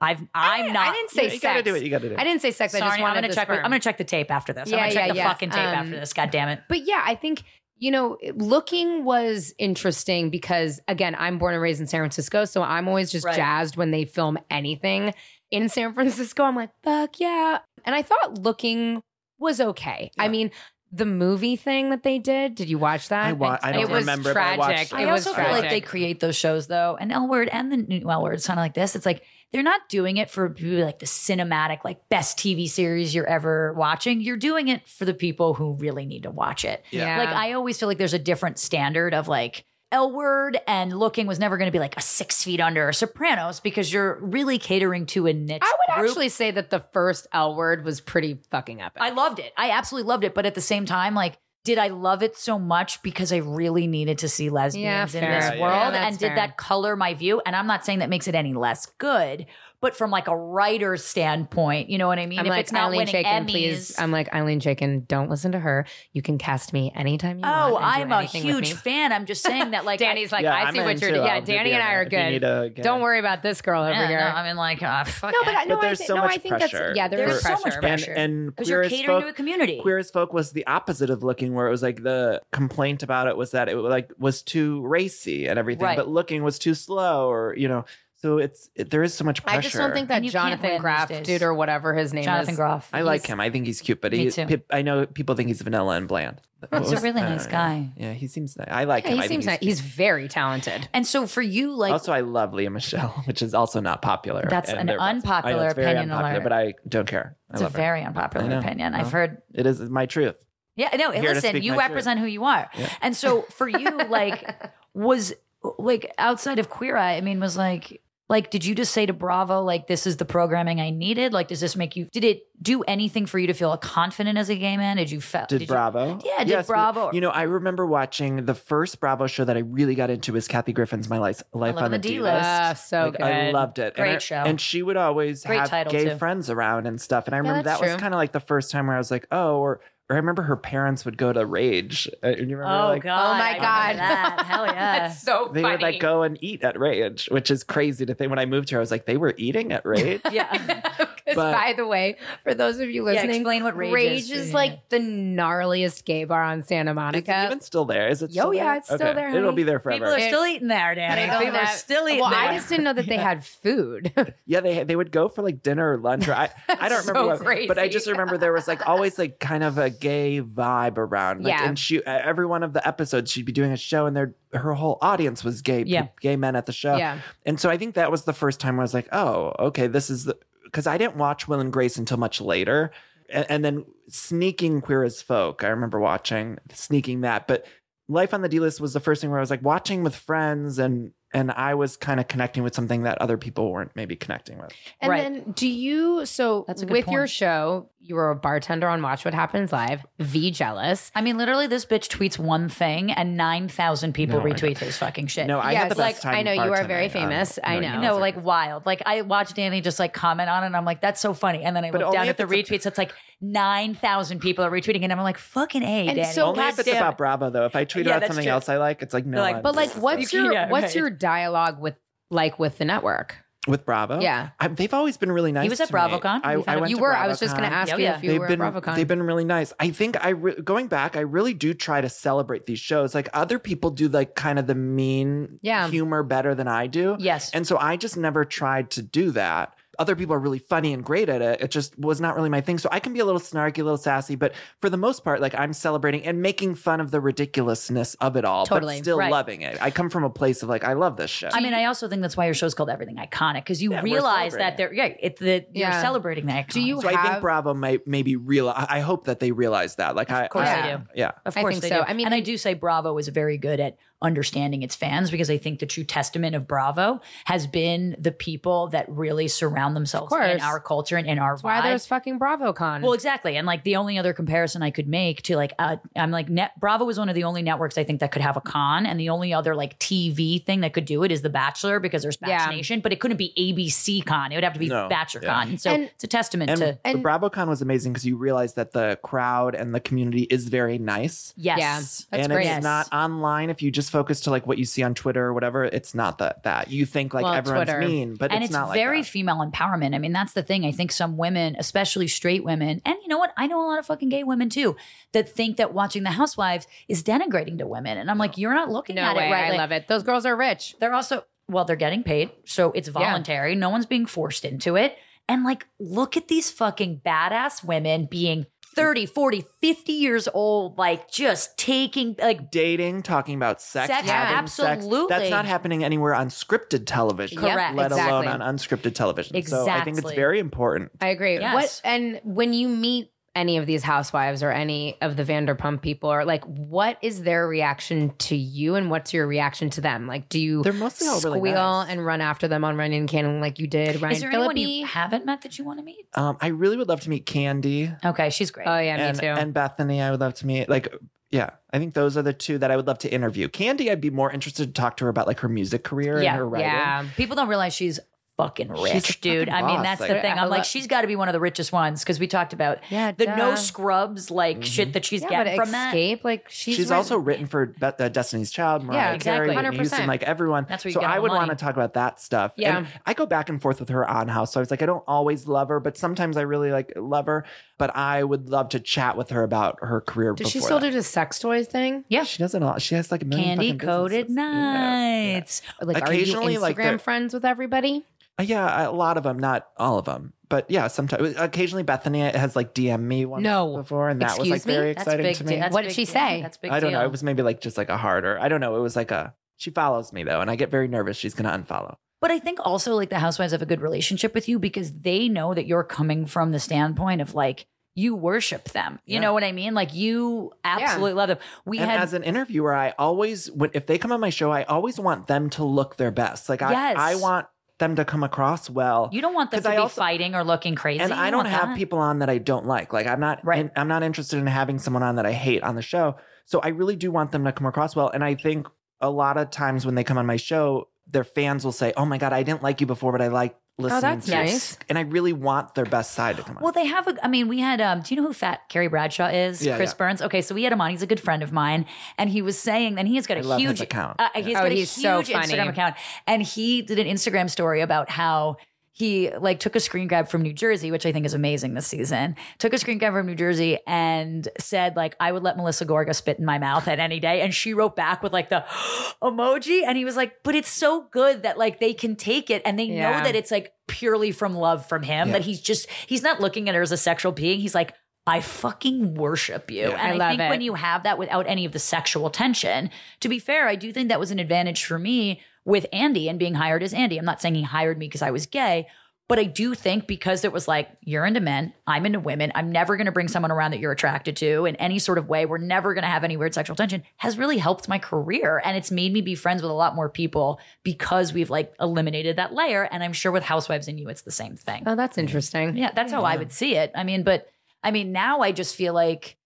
"I've I'm I not." didn't You, say you sex. gotta do what you gotta do. I didn't say sex. Sorry, I just wanted am gonna the check. sperm. I'm gonna check the tape after this. Yeah, I'm gonna check yeah, the yeah. fucking tape Um, after this. God damn it. But yeah, I think You know, looking was interesting because, again, I'm born and raised in San Francisco. So I'm always just Right. jazzed when they film anything in San Francisco. I'm like, fuck yeah. And I thought looking was okay. I Yeah. mean, the movie thing that they did, did you watch that? I wa- I it don't was remember, but I tragic. watched It I was also feel like tragic. they create those shows though, and L word and the new L word sound like this. It's like they're not doing it for really, like the cinematic, like best TV series you're ever watching. You're doing it for the people who really need to watch it. yeah. Like I always feel like there's a different standard of like L word and looking was never going to be like a six feet under or Sopranos because you're really catering to a niche. I would group. actually say that the first L word was pretty fucking epic. I loved it. I absolutely loved it. But at the same time, like, did I love it so much because I really needed to see lesbians in fair. this Yeah, yeah, world? yeah. That's and did fair. that color my view? And I'm not saying that makes it any less good, but from like a writer's standpoint, you know what I mean? I'm if like it's not Eileen winning Chaikin, Emmys, please. um, I'm like Eileen Chaikin. Don't listen to her. You can cast me anytime you oh, want. and I'm do a anything with huge me. fan. I'm just saying that, like, Danny's like, Yeah, I I'm see what in you're too. doing. Yeah, I'll do Danny the and I other are if you need good. to get Don't it. worry about this girl over yeah, here. no, I mean, like, uh, fuck no, but, I, it. no, But I there's thi- so no, I much think that's pressure yeah. there There's is so much pressure. pressure. And, and 'Cause you're queer as catering folk, to a community. queer as folk was the opposite of looking, where it was like the complaint about it was that it like was too racy and everything, Right. but looking was too slow, or you know. So it's it, there is so much pressure. I just don't think that And you can't win Jonathan these Graff, days. dude, or whatever his name Jonathan is. Groff. I like him. I think he's cute, but Me he, too. pe- I know people think he's vanilla and bland. What He's a was- really I don't nice know. guy. Yeah, he seems nice. I like Yeah, him. I he think seems he's nice. He's very talented. And so for you, like, also, I love Leah Michelle, which is also not popular. That's And an there- unpopular I know it's very opinion unpopular, alert. but I don't care. I it's a love her. very I unpopular know. opinion. No. I've heard It is my truth. Yeah, no, Here to listen, speak you my truth. represent who you are. Yeah. And so for you, like, was like outside of Queer Eye, I mean, was like, like, did you just say to Bravo, like, this is the programming I needed? Like, does this make you, did it do anything for you to feel confident as a gay man? Did you felt, Did, Bravo? Yeah, did Yes, but- Bravo. You know, I remember watching the first Bravo show that I really got into was Kathy Griffin's My Life, Life Love on the the D D-List. List. Ah, so Like, good. I loved it. Great and I- show. And she would always Great have title, gay too. friends around and stuff. And I remember that's that was true. kind of like the first time where I was like, oh, or, or I remember her parents would go to Rage. Uh, you remember, Oh, like, God. oh I my remember god, That. Hell yeah. that's so They funny. would like go and eat at Rage, which is crazy to think. When I moved here, I was like, they were eating at Rage. Oh yeah. Because But- by the way, for those of you yeah. listening, Explain what Rage, rage, is, like the gnarliest gay bar on Santa Is it Monica. even still there? Is it? Yo, still Oh, yeah, there? it's still Okay. there, It'll honey. be there People are forever. still eating there, Danny. They People don't are have- still eating well, there. I just didn't know that they had food. Yeah, they they would go for like dinner or lunch or I I don't So remember what, but I crazy. just remember there was like always like kind of a gay vibe around. Like, Yeah. and she e, every one of the episodes she'd be doing a show and their her whole audience was gay Yeah. gay men at the show. yeah. And so I think that was the first time where I was like, oh, okay, this is the because I didn't watch Will and Grace until much later. And, and then sneaking Queer as Folk, I remember watching sneaking that. But Life on the D List was the first thing where I was like watching with friends and and I was kind of connecting with something that other people weren't maybe connecting with. And Right. then do you so That's a good with your point. show, you were a bartender on Watch What Happens Live, V jealous. I mean, literally, this bitch tweets one thing and 9,000 people No, I know. retweet his fucking shit. No, I Yes, had the best like, time. I know you are very bartending, um, famous. I you know. You No, know, like wild. Like I watched Danny just like comment on it, and I'm like, that's so funny. And then I But look only down at if the it's retweets. It's like nine thousand people are retweeting, and I'm like, fucking a, And Danny. so Only if it's goddamn- about Bravo though. If I tweet Yeah, about that's something true. else I like, it's like no. Like, I'm- But like what's You your can't, what's right. your dialogue with like with the network? with Bravo? Yeah. I, they've always been really nice. was at to me. BravoCon. I, We found I out went you to were. I was just BravoCon. going to ask Yeah, you Oh, yeah. if you were been at BravoCon. they've been really nice. I think I re- going back, I really do try to celebrate these shows. Like other people do, like kind of the mean Yeah. humor better than I do, Yes. and so I just never tried to do that. Other people are really funny and great at it. It just was not really my thing. So I can be a little snarky, a little sassy, but for the most part, like I'm celebrating and making fun of the ridiculousness of it all, Totally. but still Right. loving it. I come from a place of like I love this show. I mean, I also think that's why your show's called Everything Iconic because you Yeah, we're realize celebrating that they're yeah, it's that Yeah. you're celebrating that. Do you so I have- think Bravo may maybe realize. I I hope that they realize that. Like I, course I- they do. Yeah. Of I course, think they so. do. I mean- and I do say Bravo is very good at understanding its fans because I think the true testament of Bravo has been the people that really surround themselves in course. our culture and in our That's why vibe. there's fucking BravoCon. Well, exactly. And like the only other comparison I could make to like, uh, I'm like, net, Bravo was one of the only networks I think that could have a con. And the only other like TV thing that could do it is The Bachelor because there's Batch Yeah. Nation, but it couldn't be ABC con. It would have to be No. Bachelor Yeah. con. And so And- it's a testament And, to, And- the BravoCon was amazing because you realize that the crowd and the community is very nice. yes. That's and great. it's Yes. not online if you just focus to like what you see on Twitter or whatever. It's not that that you think like Well, everyone's Twitter. mean, but And it's, it's, not like very that. female empowerment. I mean, that's the thing. I think some women, especially straight women, and you know what? I know a lot of fucking gay women too, that think that watching The Housewives is denigrating to women. And I'm like, you're not looking No at way. it right. I Like, love it. Those girls are rich. They're also, well, they're getting paid. So it's voluntary. No one's being forced into it. And like, look at these fucking badass women being 30, 40, 50 years old, like just taking, like, Dating, talking about sex, Sex, yeah, having sex. absolutely. That's not happening anywhere on scripted television. Yep, Correct. Let alone exactly. on unscripted television. So I think it's Exactly. very important. I agree. Yes. What and when you meet any of these housewives or any of the Vanderpump people, or like, what is their reaction to you, and what's your reaction to them? Like, do you They're mostly all squeal really nice. and run after them on Runyon Cannon like you did Ryan is there anyone Philippi? you haven't met that you want to meet? Um, I really would love to meet Candy. Okay, she's great. oh yeah, me and, too. and Bethany, I would love to meet. Like, yeah, I think those are the two that I would love to interview. Candy, I'd be more interested to talk to her about like her music career Yeah. and her writing. yeah, People don't realize she's fucking rich, She's a dude. fucking I mean, boss, that's the like- thing. I'm I like, love- she's got to be one of the richest ones because we talked about yeah. the duh. no scrubs like Mm-hmm. shit that she's yeah, getting but from that. escape. Like she's, She's, also written for Be- uh, Destiny's Child, Mariah exactly. Carey, Whitney Houston, 100%. like everyone. That's where you so get all I the would money. want to talk about that stuff. Yeah. And I go back and forth with her on House. So I was like, I don't always love her, but sometimes I really like love her. But I would love to chat with her about her career. Does she before still that. do the sex toys thing? Yeah. She doesn't. All, she has like a million Candy fucking coated businesses. Yeah. Yeah. nights. Or, Like, are Occasionally, you Instagram like, they're- friends with everybody? Uh, Yeah, a lot of them, not all of them, but yeah, sometimes occasionally Bethany has like DM me once No. before, and that was like Excuse me? very That's exciting big to deal. me. That's What did big she deal. say? That's a big I don't know. deal. It was maybe like just like a harder. I don't know. It was like a she follows me though, and I get very nervous she's gonna unfollow. But I think also like the housewives have a good relationship with you because they know that you're coming from the standpoint of like you worship them. You Yeah. know what I mean? Like you absolutely love them. We and had as an interviewer, I always when if they come on my show, I always want them to look their best. Like I, Yes. I want them to come across well. you don't want them 'Cause to I be also- fighting or looking crazy. and You I don't want have that. people on that I don't like. Like I'm not Right. in- I'm not interested in having someone on that I hate on the show. So I really do want them to come across well. And I think a lot of times when they come on my show, their fans will say, "Oh my god, I didn't like you before, but I like listening Oh, that's to you." nice. And I really want their best side to come on. Well, they have a. I mean, we had. Um, do you know who Fat Carrie Bradshaw is? Yeah, Chris yeah. Burns. Okay, so we had him on. He's a good friend of mine, and he was saying, and he has got I a love huge his account. Uh, he's Oh, got he's a so huge funny. Instagram account, and he did an Instagram story about how. He like took a screen grab from New Jersey, which I think is amazing this season. Took a screen grab from New Jersey and said like, "I would let Melissa Gorga spit in my mouth at any day." And she wrote back with like the emoji, and he was like, "But it's so good that like they can take it and they know Yeah. that it's like purely from love from him. Yeah. That he's just he's not looking at her as a sexual being. He's like, I fucking worship you. Yeah. And I, I love think it. when you have that without any of the sexual tension, to be fair, I do think that was an advantage for me with Andy and being hired as Andy. I'm not saying he hired me because I was gay. But I do think because it was like, you're into men, I'm into women, I'm never gonna bring someone around that you're attracted to in any sort of way, we're never gonna have any weird sexual tension, has really helped my career. And it's made me be friends with a lot more people because we've like eliminated that layer. And I'm sure with Housewives and you, it's the same thing. Oh, that's interesting. Yeah, that's how I would see it. I mean, but I mean, now I just feel like,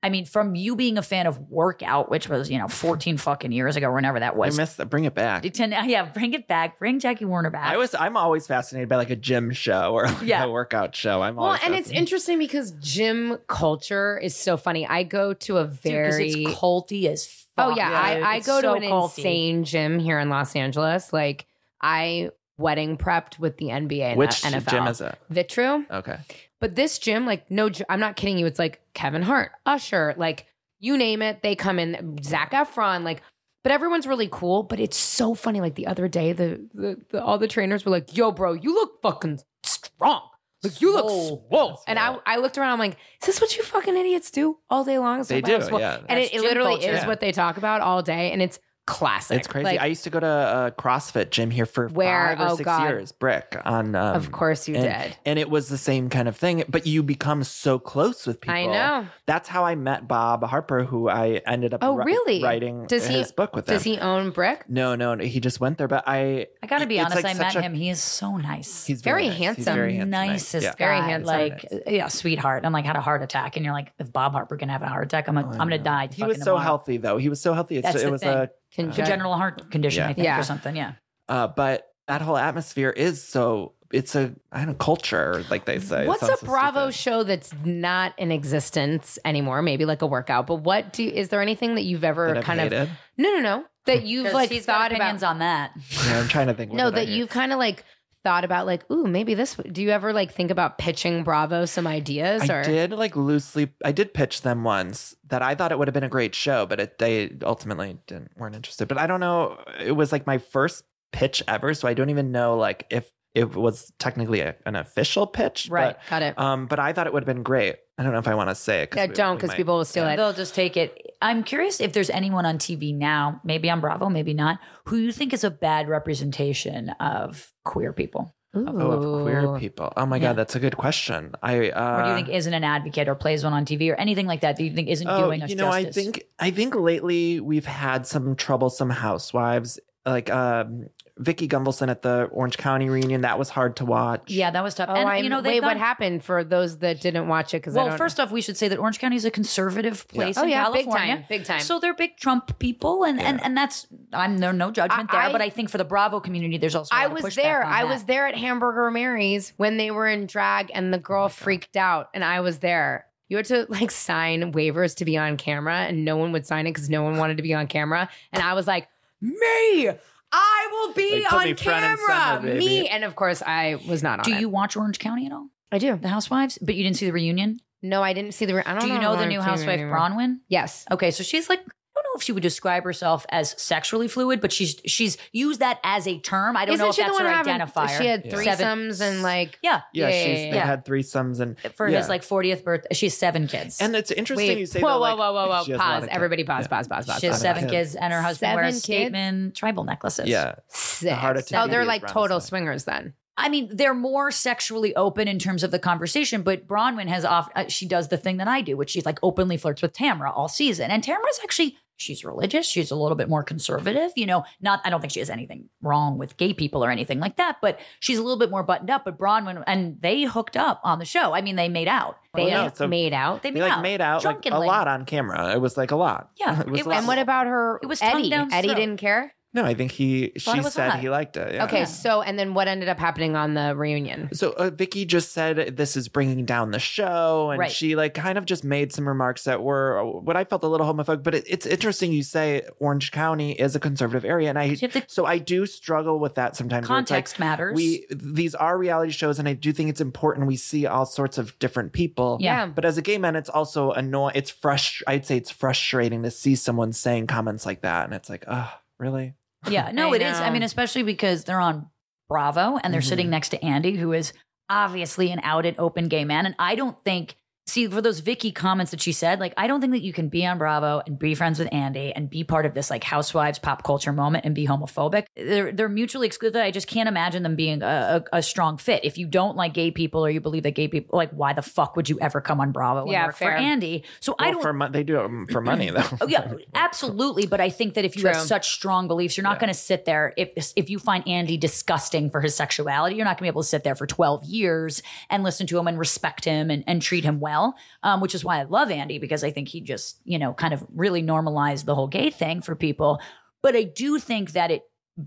I mean, from you being a fan of Workout, which was, you know, 14 fucking years ago, whenever that I was. miss that. Bring it back. to now- yeah, bring it back. Bring Jackie Warner back. I was I'm always fascinated by like a gym show or like Yeah. a workout show. I'm Well, always and it's fascinated. interesting because gym culture is so funny. I go to a Dude, 'cause very it's culty as fuck. oh yeah, dude. I, I It's go so to an culty. insane gym here in Los Angeles. Like I wedding prepped with the NBA and which the NFL. gym is it? Vitru, Okay. but this gym, like no, j- I'm not kidding you. It's like Kevin Hart, Usher, like you name it, they come in. Zach Efron, like. But everyone's really cool. But it's so funny. Like the other day, the, the, the all the trainers were like, "Yo, bro, you look fucking strong. Like you Swole. look swole." And I I looked around. I'm like, "Is this what you fucking idiots do all day long?" They Somebody do, swole." yeah. And That's it, it gym literally culture. is Yeah. what they talk about all day, and it's classic. It's crazy. Like, I used to go to a CrossFit gym here for Where? five or Oh, six God. years, brick on. Um, of course you and, did. And it was the same kind of thing, but you become so close with people. I know. That's how I met Bob Harper, who I ended up Oh, ri- really? writing Does he- his book with Does him. he own brick? no, no, no, he just went there. But I, I gotta be it's honest, like I such met a- him. He is so nice. He's very nice. He's handsome. very handsome, nice. nicest Yeah. guy. Very handsome. Like, yeah, sweetheart. I'm like, had a heart attack. And you're like, if Bob Harper can have a heart attack, I'm, a, I'm going to die. Oh, He was fucking so tomorrow. healthy, though. He was so healthy. It's, That's it the was thing. a, Conjun- Congenital heart condition, Yeah. I think, Yeah. or something. Yeah. uh, but that whole atmosphere is so. It's a, I don't know, culture, like they say. It What's sounds a so Bravo stupid. show that's not in existence anymore? Maybe like a workout, but what do is there anything that you've ever That I've kind of hated? no no no that you've like he's got thought opinions about on that. Yeah, I'm trying to think. what no did I that hear? you've kind of like thought about like, ooh, maybe this? w- Do you ever like think about pitching Bravo some ideas? I or did like loosely. I did pitch them once that I thought it would have been a great show, but it, they ultimately didn't weren't interested. But I don't know. It was like my first pitch ever, so I don't even know like if it was technically a, an official pitch, Right. got it? But, um, but I thought it would have been great. I don't know if I want to say it. yeah, we- don't we because might- people will steal yeah. it. They'll just take it. I'm curious if there's anyone on TV now, maybe on Bravo, maybe not, who you think is a bad representation of queer people. Oh, of queer Ooh. people. Oh my Yeah. god, that's a good question. I uh, or do you think isn't an advocate or plays one on TV or anything like that? Do you think isn't doing us Oh, you know, justice? I think I think lately we've had some troublesome housewives, like um, Vicky Gumbelson at the Orange County reunion. That was hard to watch. yeah, that was tough. Oh, and I'm- you know, they've wait, what gone- happened for those that didn't watch it? Because I Well, don't first off, we should say that Orange County is a conservative place oh in yeah, big California. time, big time. So they're big Trump people, and and, and that's I'm there no judgment I- there, I- but I think for the Bravo community, there's also a I lot of was pushback there. on I that. was there at Hamburger Mary's when they were in drag and the girl freaked out and I was there. You had to like sign waivers to be on camera and no one would sign it because no one wanted to be on camera. And I was like, me, I will be Like, put on me front and camera. center, baby. me. And of course I was not on Do it. you watch Orange County at all? I do. The Housewives, but you didn't see the reunion. No, I didn't see the, re- I don't Do you know the new housewife Bronwyn? Yes. Okay, so she's like I don't know if she would describe herself as sexually fluid, but she's she's used that as a term. I don't Isn't know if she the that's one her having, identifier. she had Yeah. threesomes and like, yeah, yeah, Yeah, she's, yeah, they yeah. had threesomes and for yeah. his like 40th birthday, she has seven kids. And it's interesting wait, you say whoa, that. whoa, like, whoa, whoa, whoa, she has a lot of Pause. kids. Everybody pause, Yeah. pause, pause, pause. she has pause, seven pause. kids, and her husband wears Seven kids? statement tribal necklaces. Yeah, Six. heart of oh, TV they're is like around total the same. swingers then. I mean, they're more sexually open in terms of the conversation, but Bronwyn has off. Uh, she does the thing that I do, which she's like openly flirts with Tamara all season. And Tamara's actually she's religious. She's a little bit more conservative, you know. Not I don't think she has anything wrong with gay people or anything like that, but she's a little bit more buttoned up. But Bronwyn and they hooked up on the show. I mean, they made out. They Well, yeah, so- made out. They made They like out made out like, a drunkenly. lot on camera. It was like a lot. Yeah, it was it was- a lot. and what about her? It was tongue Eddie. down Eddie throat. didn't care. no, I think he. Thought She it was said hot. he liked it. Yeah. Okay, so and then what ended up happening on the reunion? So uh, Vicky just said this is bringing down the show, and Right. she like kind of just made some remarks that were uh, what I felt a little homophobic. But it, it's interesting you say Orange County is a conservative area, and I You have to- so I do struggle with that sometimes. where it's like, Context matters. We these are reality shows, and I do think it's important we see all sorts of different people. Yeah. But as a gay man, it's also annoying. It's frust. I'd say it's frustrating to see someone saying comments like that, and it's like, oh, really? Yeah, no, I it is. I know. Mm-hmm. mean, especially because they're on Bravo and they're Mhm. sitting next to Andy, who is obviously an out and open gay man. And I don't think, see, for those Vicky comments that she said, like, I don't think that you can be on Bravo and be friends with Andy and be part of this like housewives pop culture moment and be homophobic. They're they're mutually exclusive. I just can't imagine them being a, a, a strong fit. If you don't like gay people or you believe that gay people, like, why the fuck would you ever come on Bravo and Yeah, work fair. for Andy? So I Well, don't for mon- they do it mm, for money though. Oh, yeah, absolutely. But I think that if you have True. such strong beliefs, you're not Yeah. going to sit there. If if you find Andy disgusting for his sexuality, you're not going to be able to sit there for 12 years and listen to him and respect him and, and treat him well. Um, which is why I love Andy because I think he just you know kind of really normalized the whole gay thing for people. But I do think that it,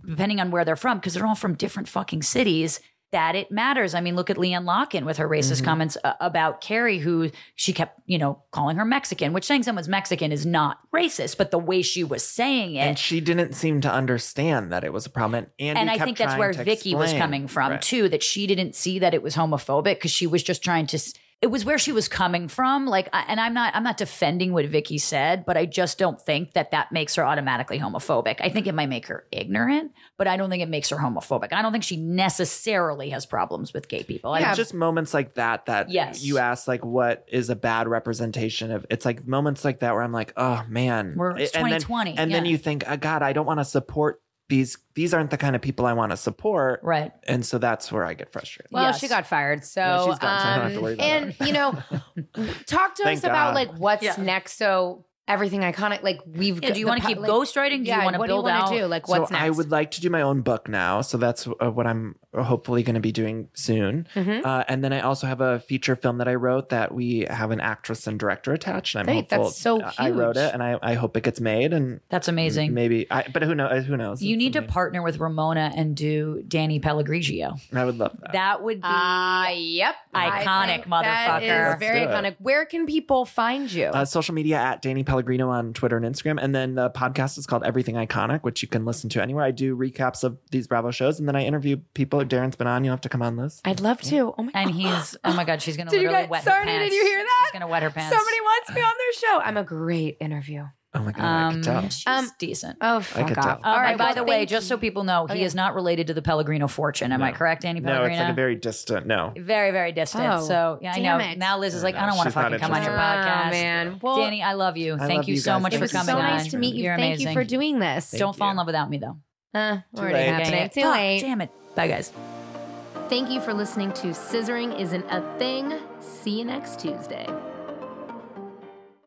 depending on where they're from, because they're all from different fucking cities. That it matters. I mean, look at Leanne Locken with her racist Mhm. comments uh, about Carrie, who she kept, you know, calling her Mexican, which saying someone's Mexican is not racist, but the way she was saying it. and she didn't seem to understand that it was a problem. And, Andy and I kept think that's trying where to Vicky was explain. coming from Right. too, that she didn't see that it was homophobic because she was just trying to. s- It was where she was coming from, like, I- and I'm not, I'm not defending what Vicky said, but I just don't think that that makes her automatically homophobic. I think it might make her ignorant, but I don't think it makes her homophobic. I don't think she necessarily has problems with gay people. It's I, Yeah. just moments like that that Yes. you ask like what is a bad representation of it's like moments like that where I'm like, oh man. we're it's A- and then- 2020, and then yeah. you think, oh, God, I don't want to support these these aren't the kind of people I want to support. right. And so that's where I get frustrated. Well, Yes. she got fired, so, Yeah, she's gone, so I don't have to um, worry about and her. you know, talk to us Thank about God. like what's Yeah. next. So everything iconic, like we've. Yeah, got do you the want to pu- keep like, ghostwriting? Do Yeah, you want to what do you build want out? to do? Like what's so next? I would like to do my own book now. So that's uh, what I'm hopefully going to be doing soon. Mhm. Uh, and then I also have a feature film that I wrote that we have an actress and director attached. And I'm Great, hopeful. uh, that's so I- I wrote huge. it, and I, I hope it gets made. And That's amazing. Maybe, I, but who knows? Who knows? You It's need to amazing. partner with Ramona and do Danny Pellegrigio. I would love that. That would be Ah, yep. I Iconic, think That motherfucker. is very Let's do iconic. Where can people find you? Uh, social media at Danny Pellegrino on Twitter and Instagram. And then the podcast is called Everything Iconic, which you can listen to anywhere. I do recaps of these Bravo shows, and then I interview people. Darren's been on. You'll have to come on, Liz. I'd love to. Oh my And God. he's oh my god, she's gonna Did you literally guys- wet her sorry, did pants. you hear that? She's gonna wet her pants. Somebody wants me on their show. I'm a great interview. Oh my God, I um, could tell. she's Um, decent. Oh, I fuck could off. tell. All right. well, by the way, thank just so you. people know, Oh, he yeah. is not related to the Pellegrino fortune. Am I No. correct, Danny No, Pellegrino? it's like a very distant. No. very, very distant. Oh, so yeah, I know. damn it. Now Liz is Yeah, like, no, I don't want to she's not fucking come on your Oh, podcast. man. Well, Danny, I love you. I Thank love you you so guys. much it for was so coming nice on. to meet you. You're Thank amazing. you for doing this. Thank Don't fall in you. love without me though. Uh, already late. happening. Dang it. Too Fuck, late. Damn it. Bye guys. Thank you for listening to Scissoring Isn't a Thing. See you next Tuesday.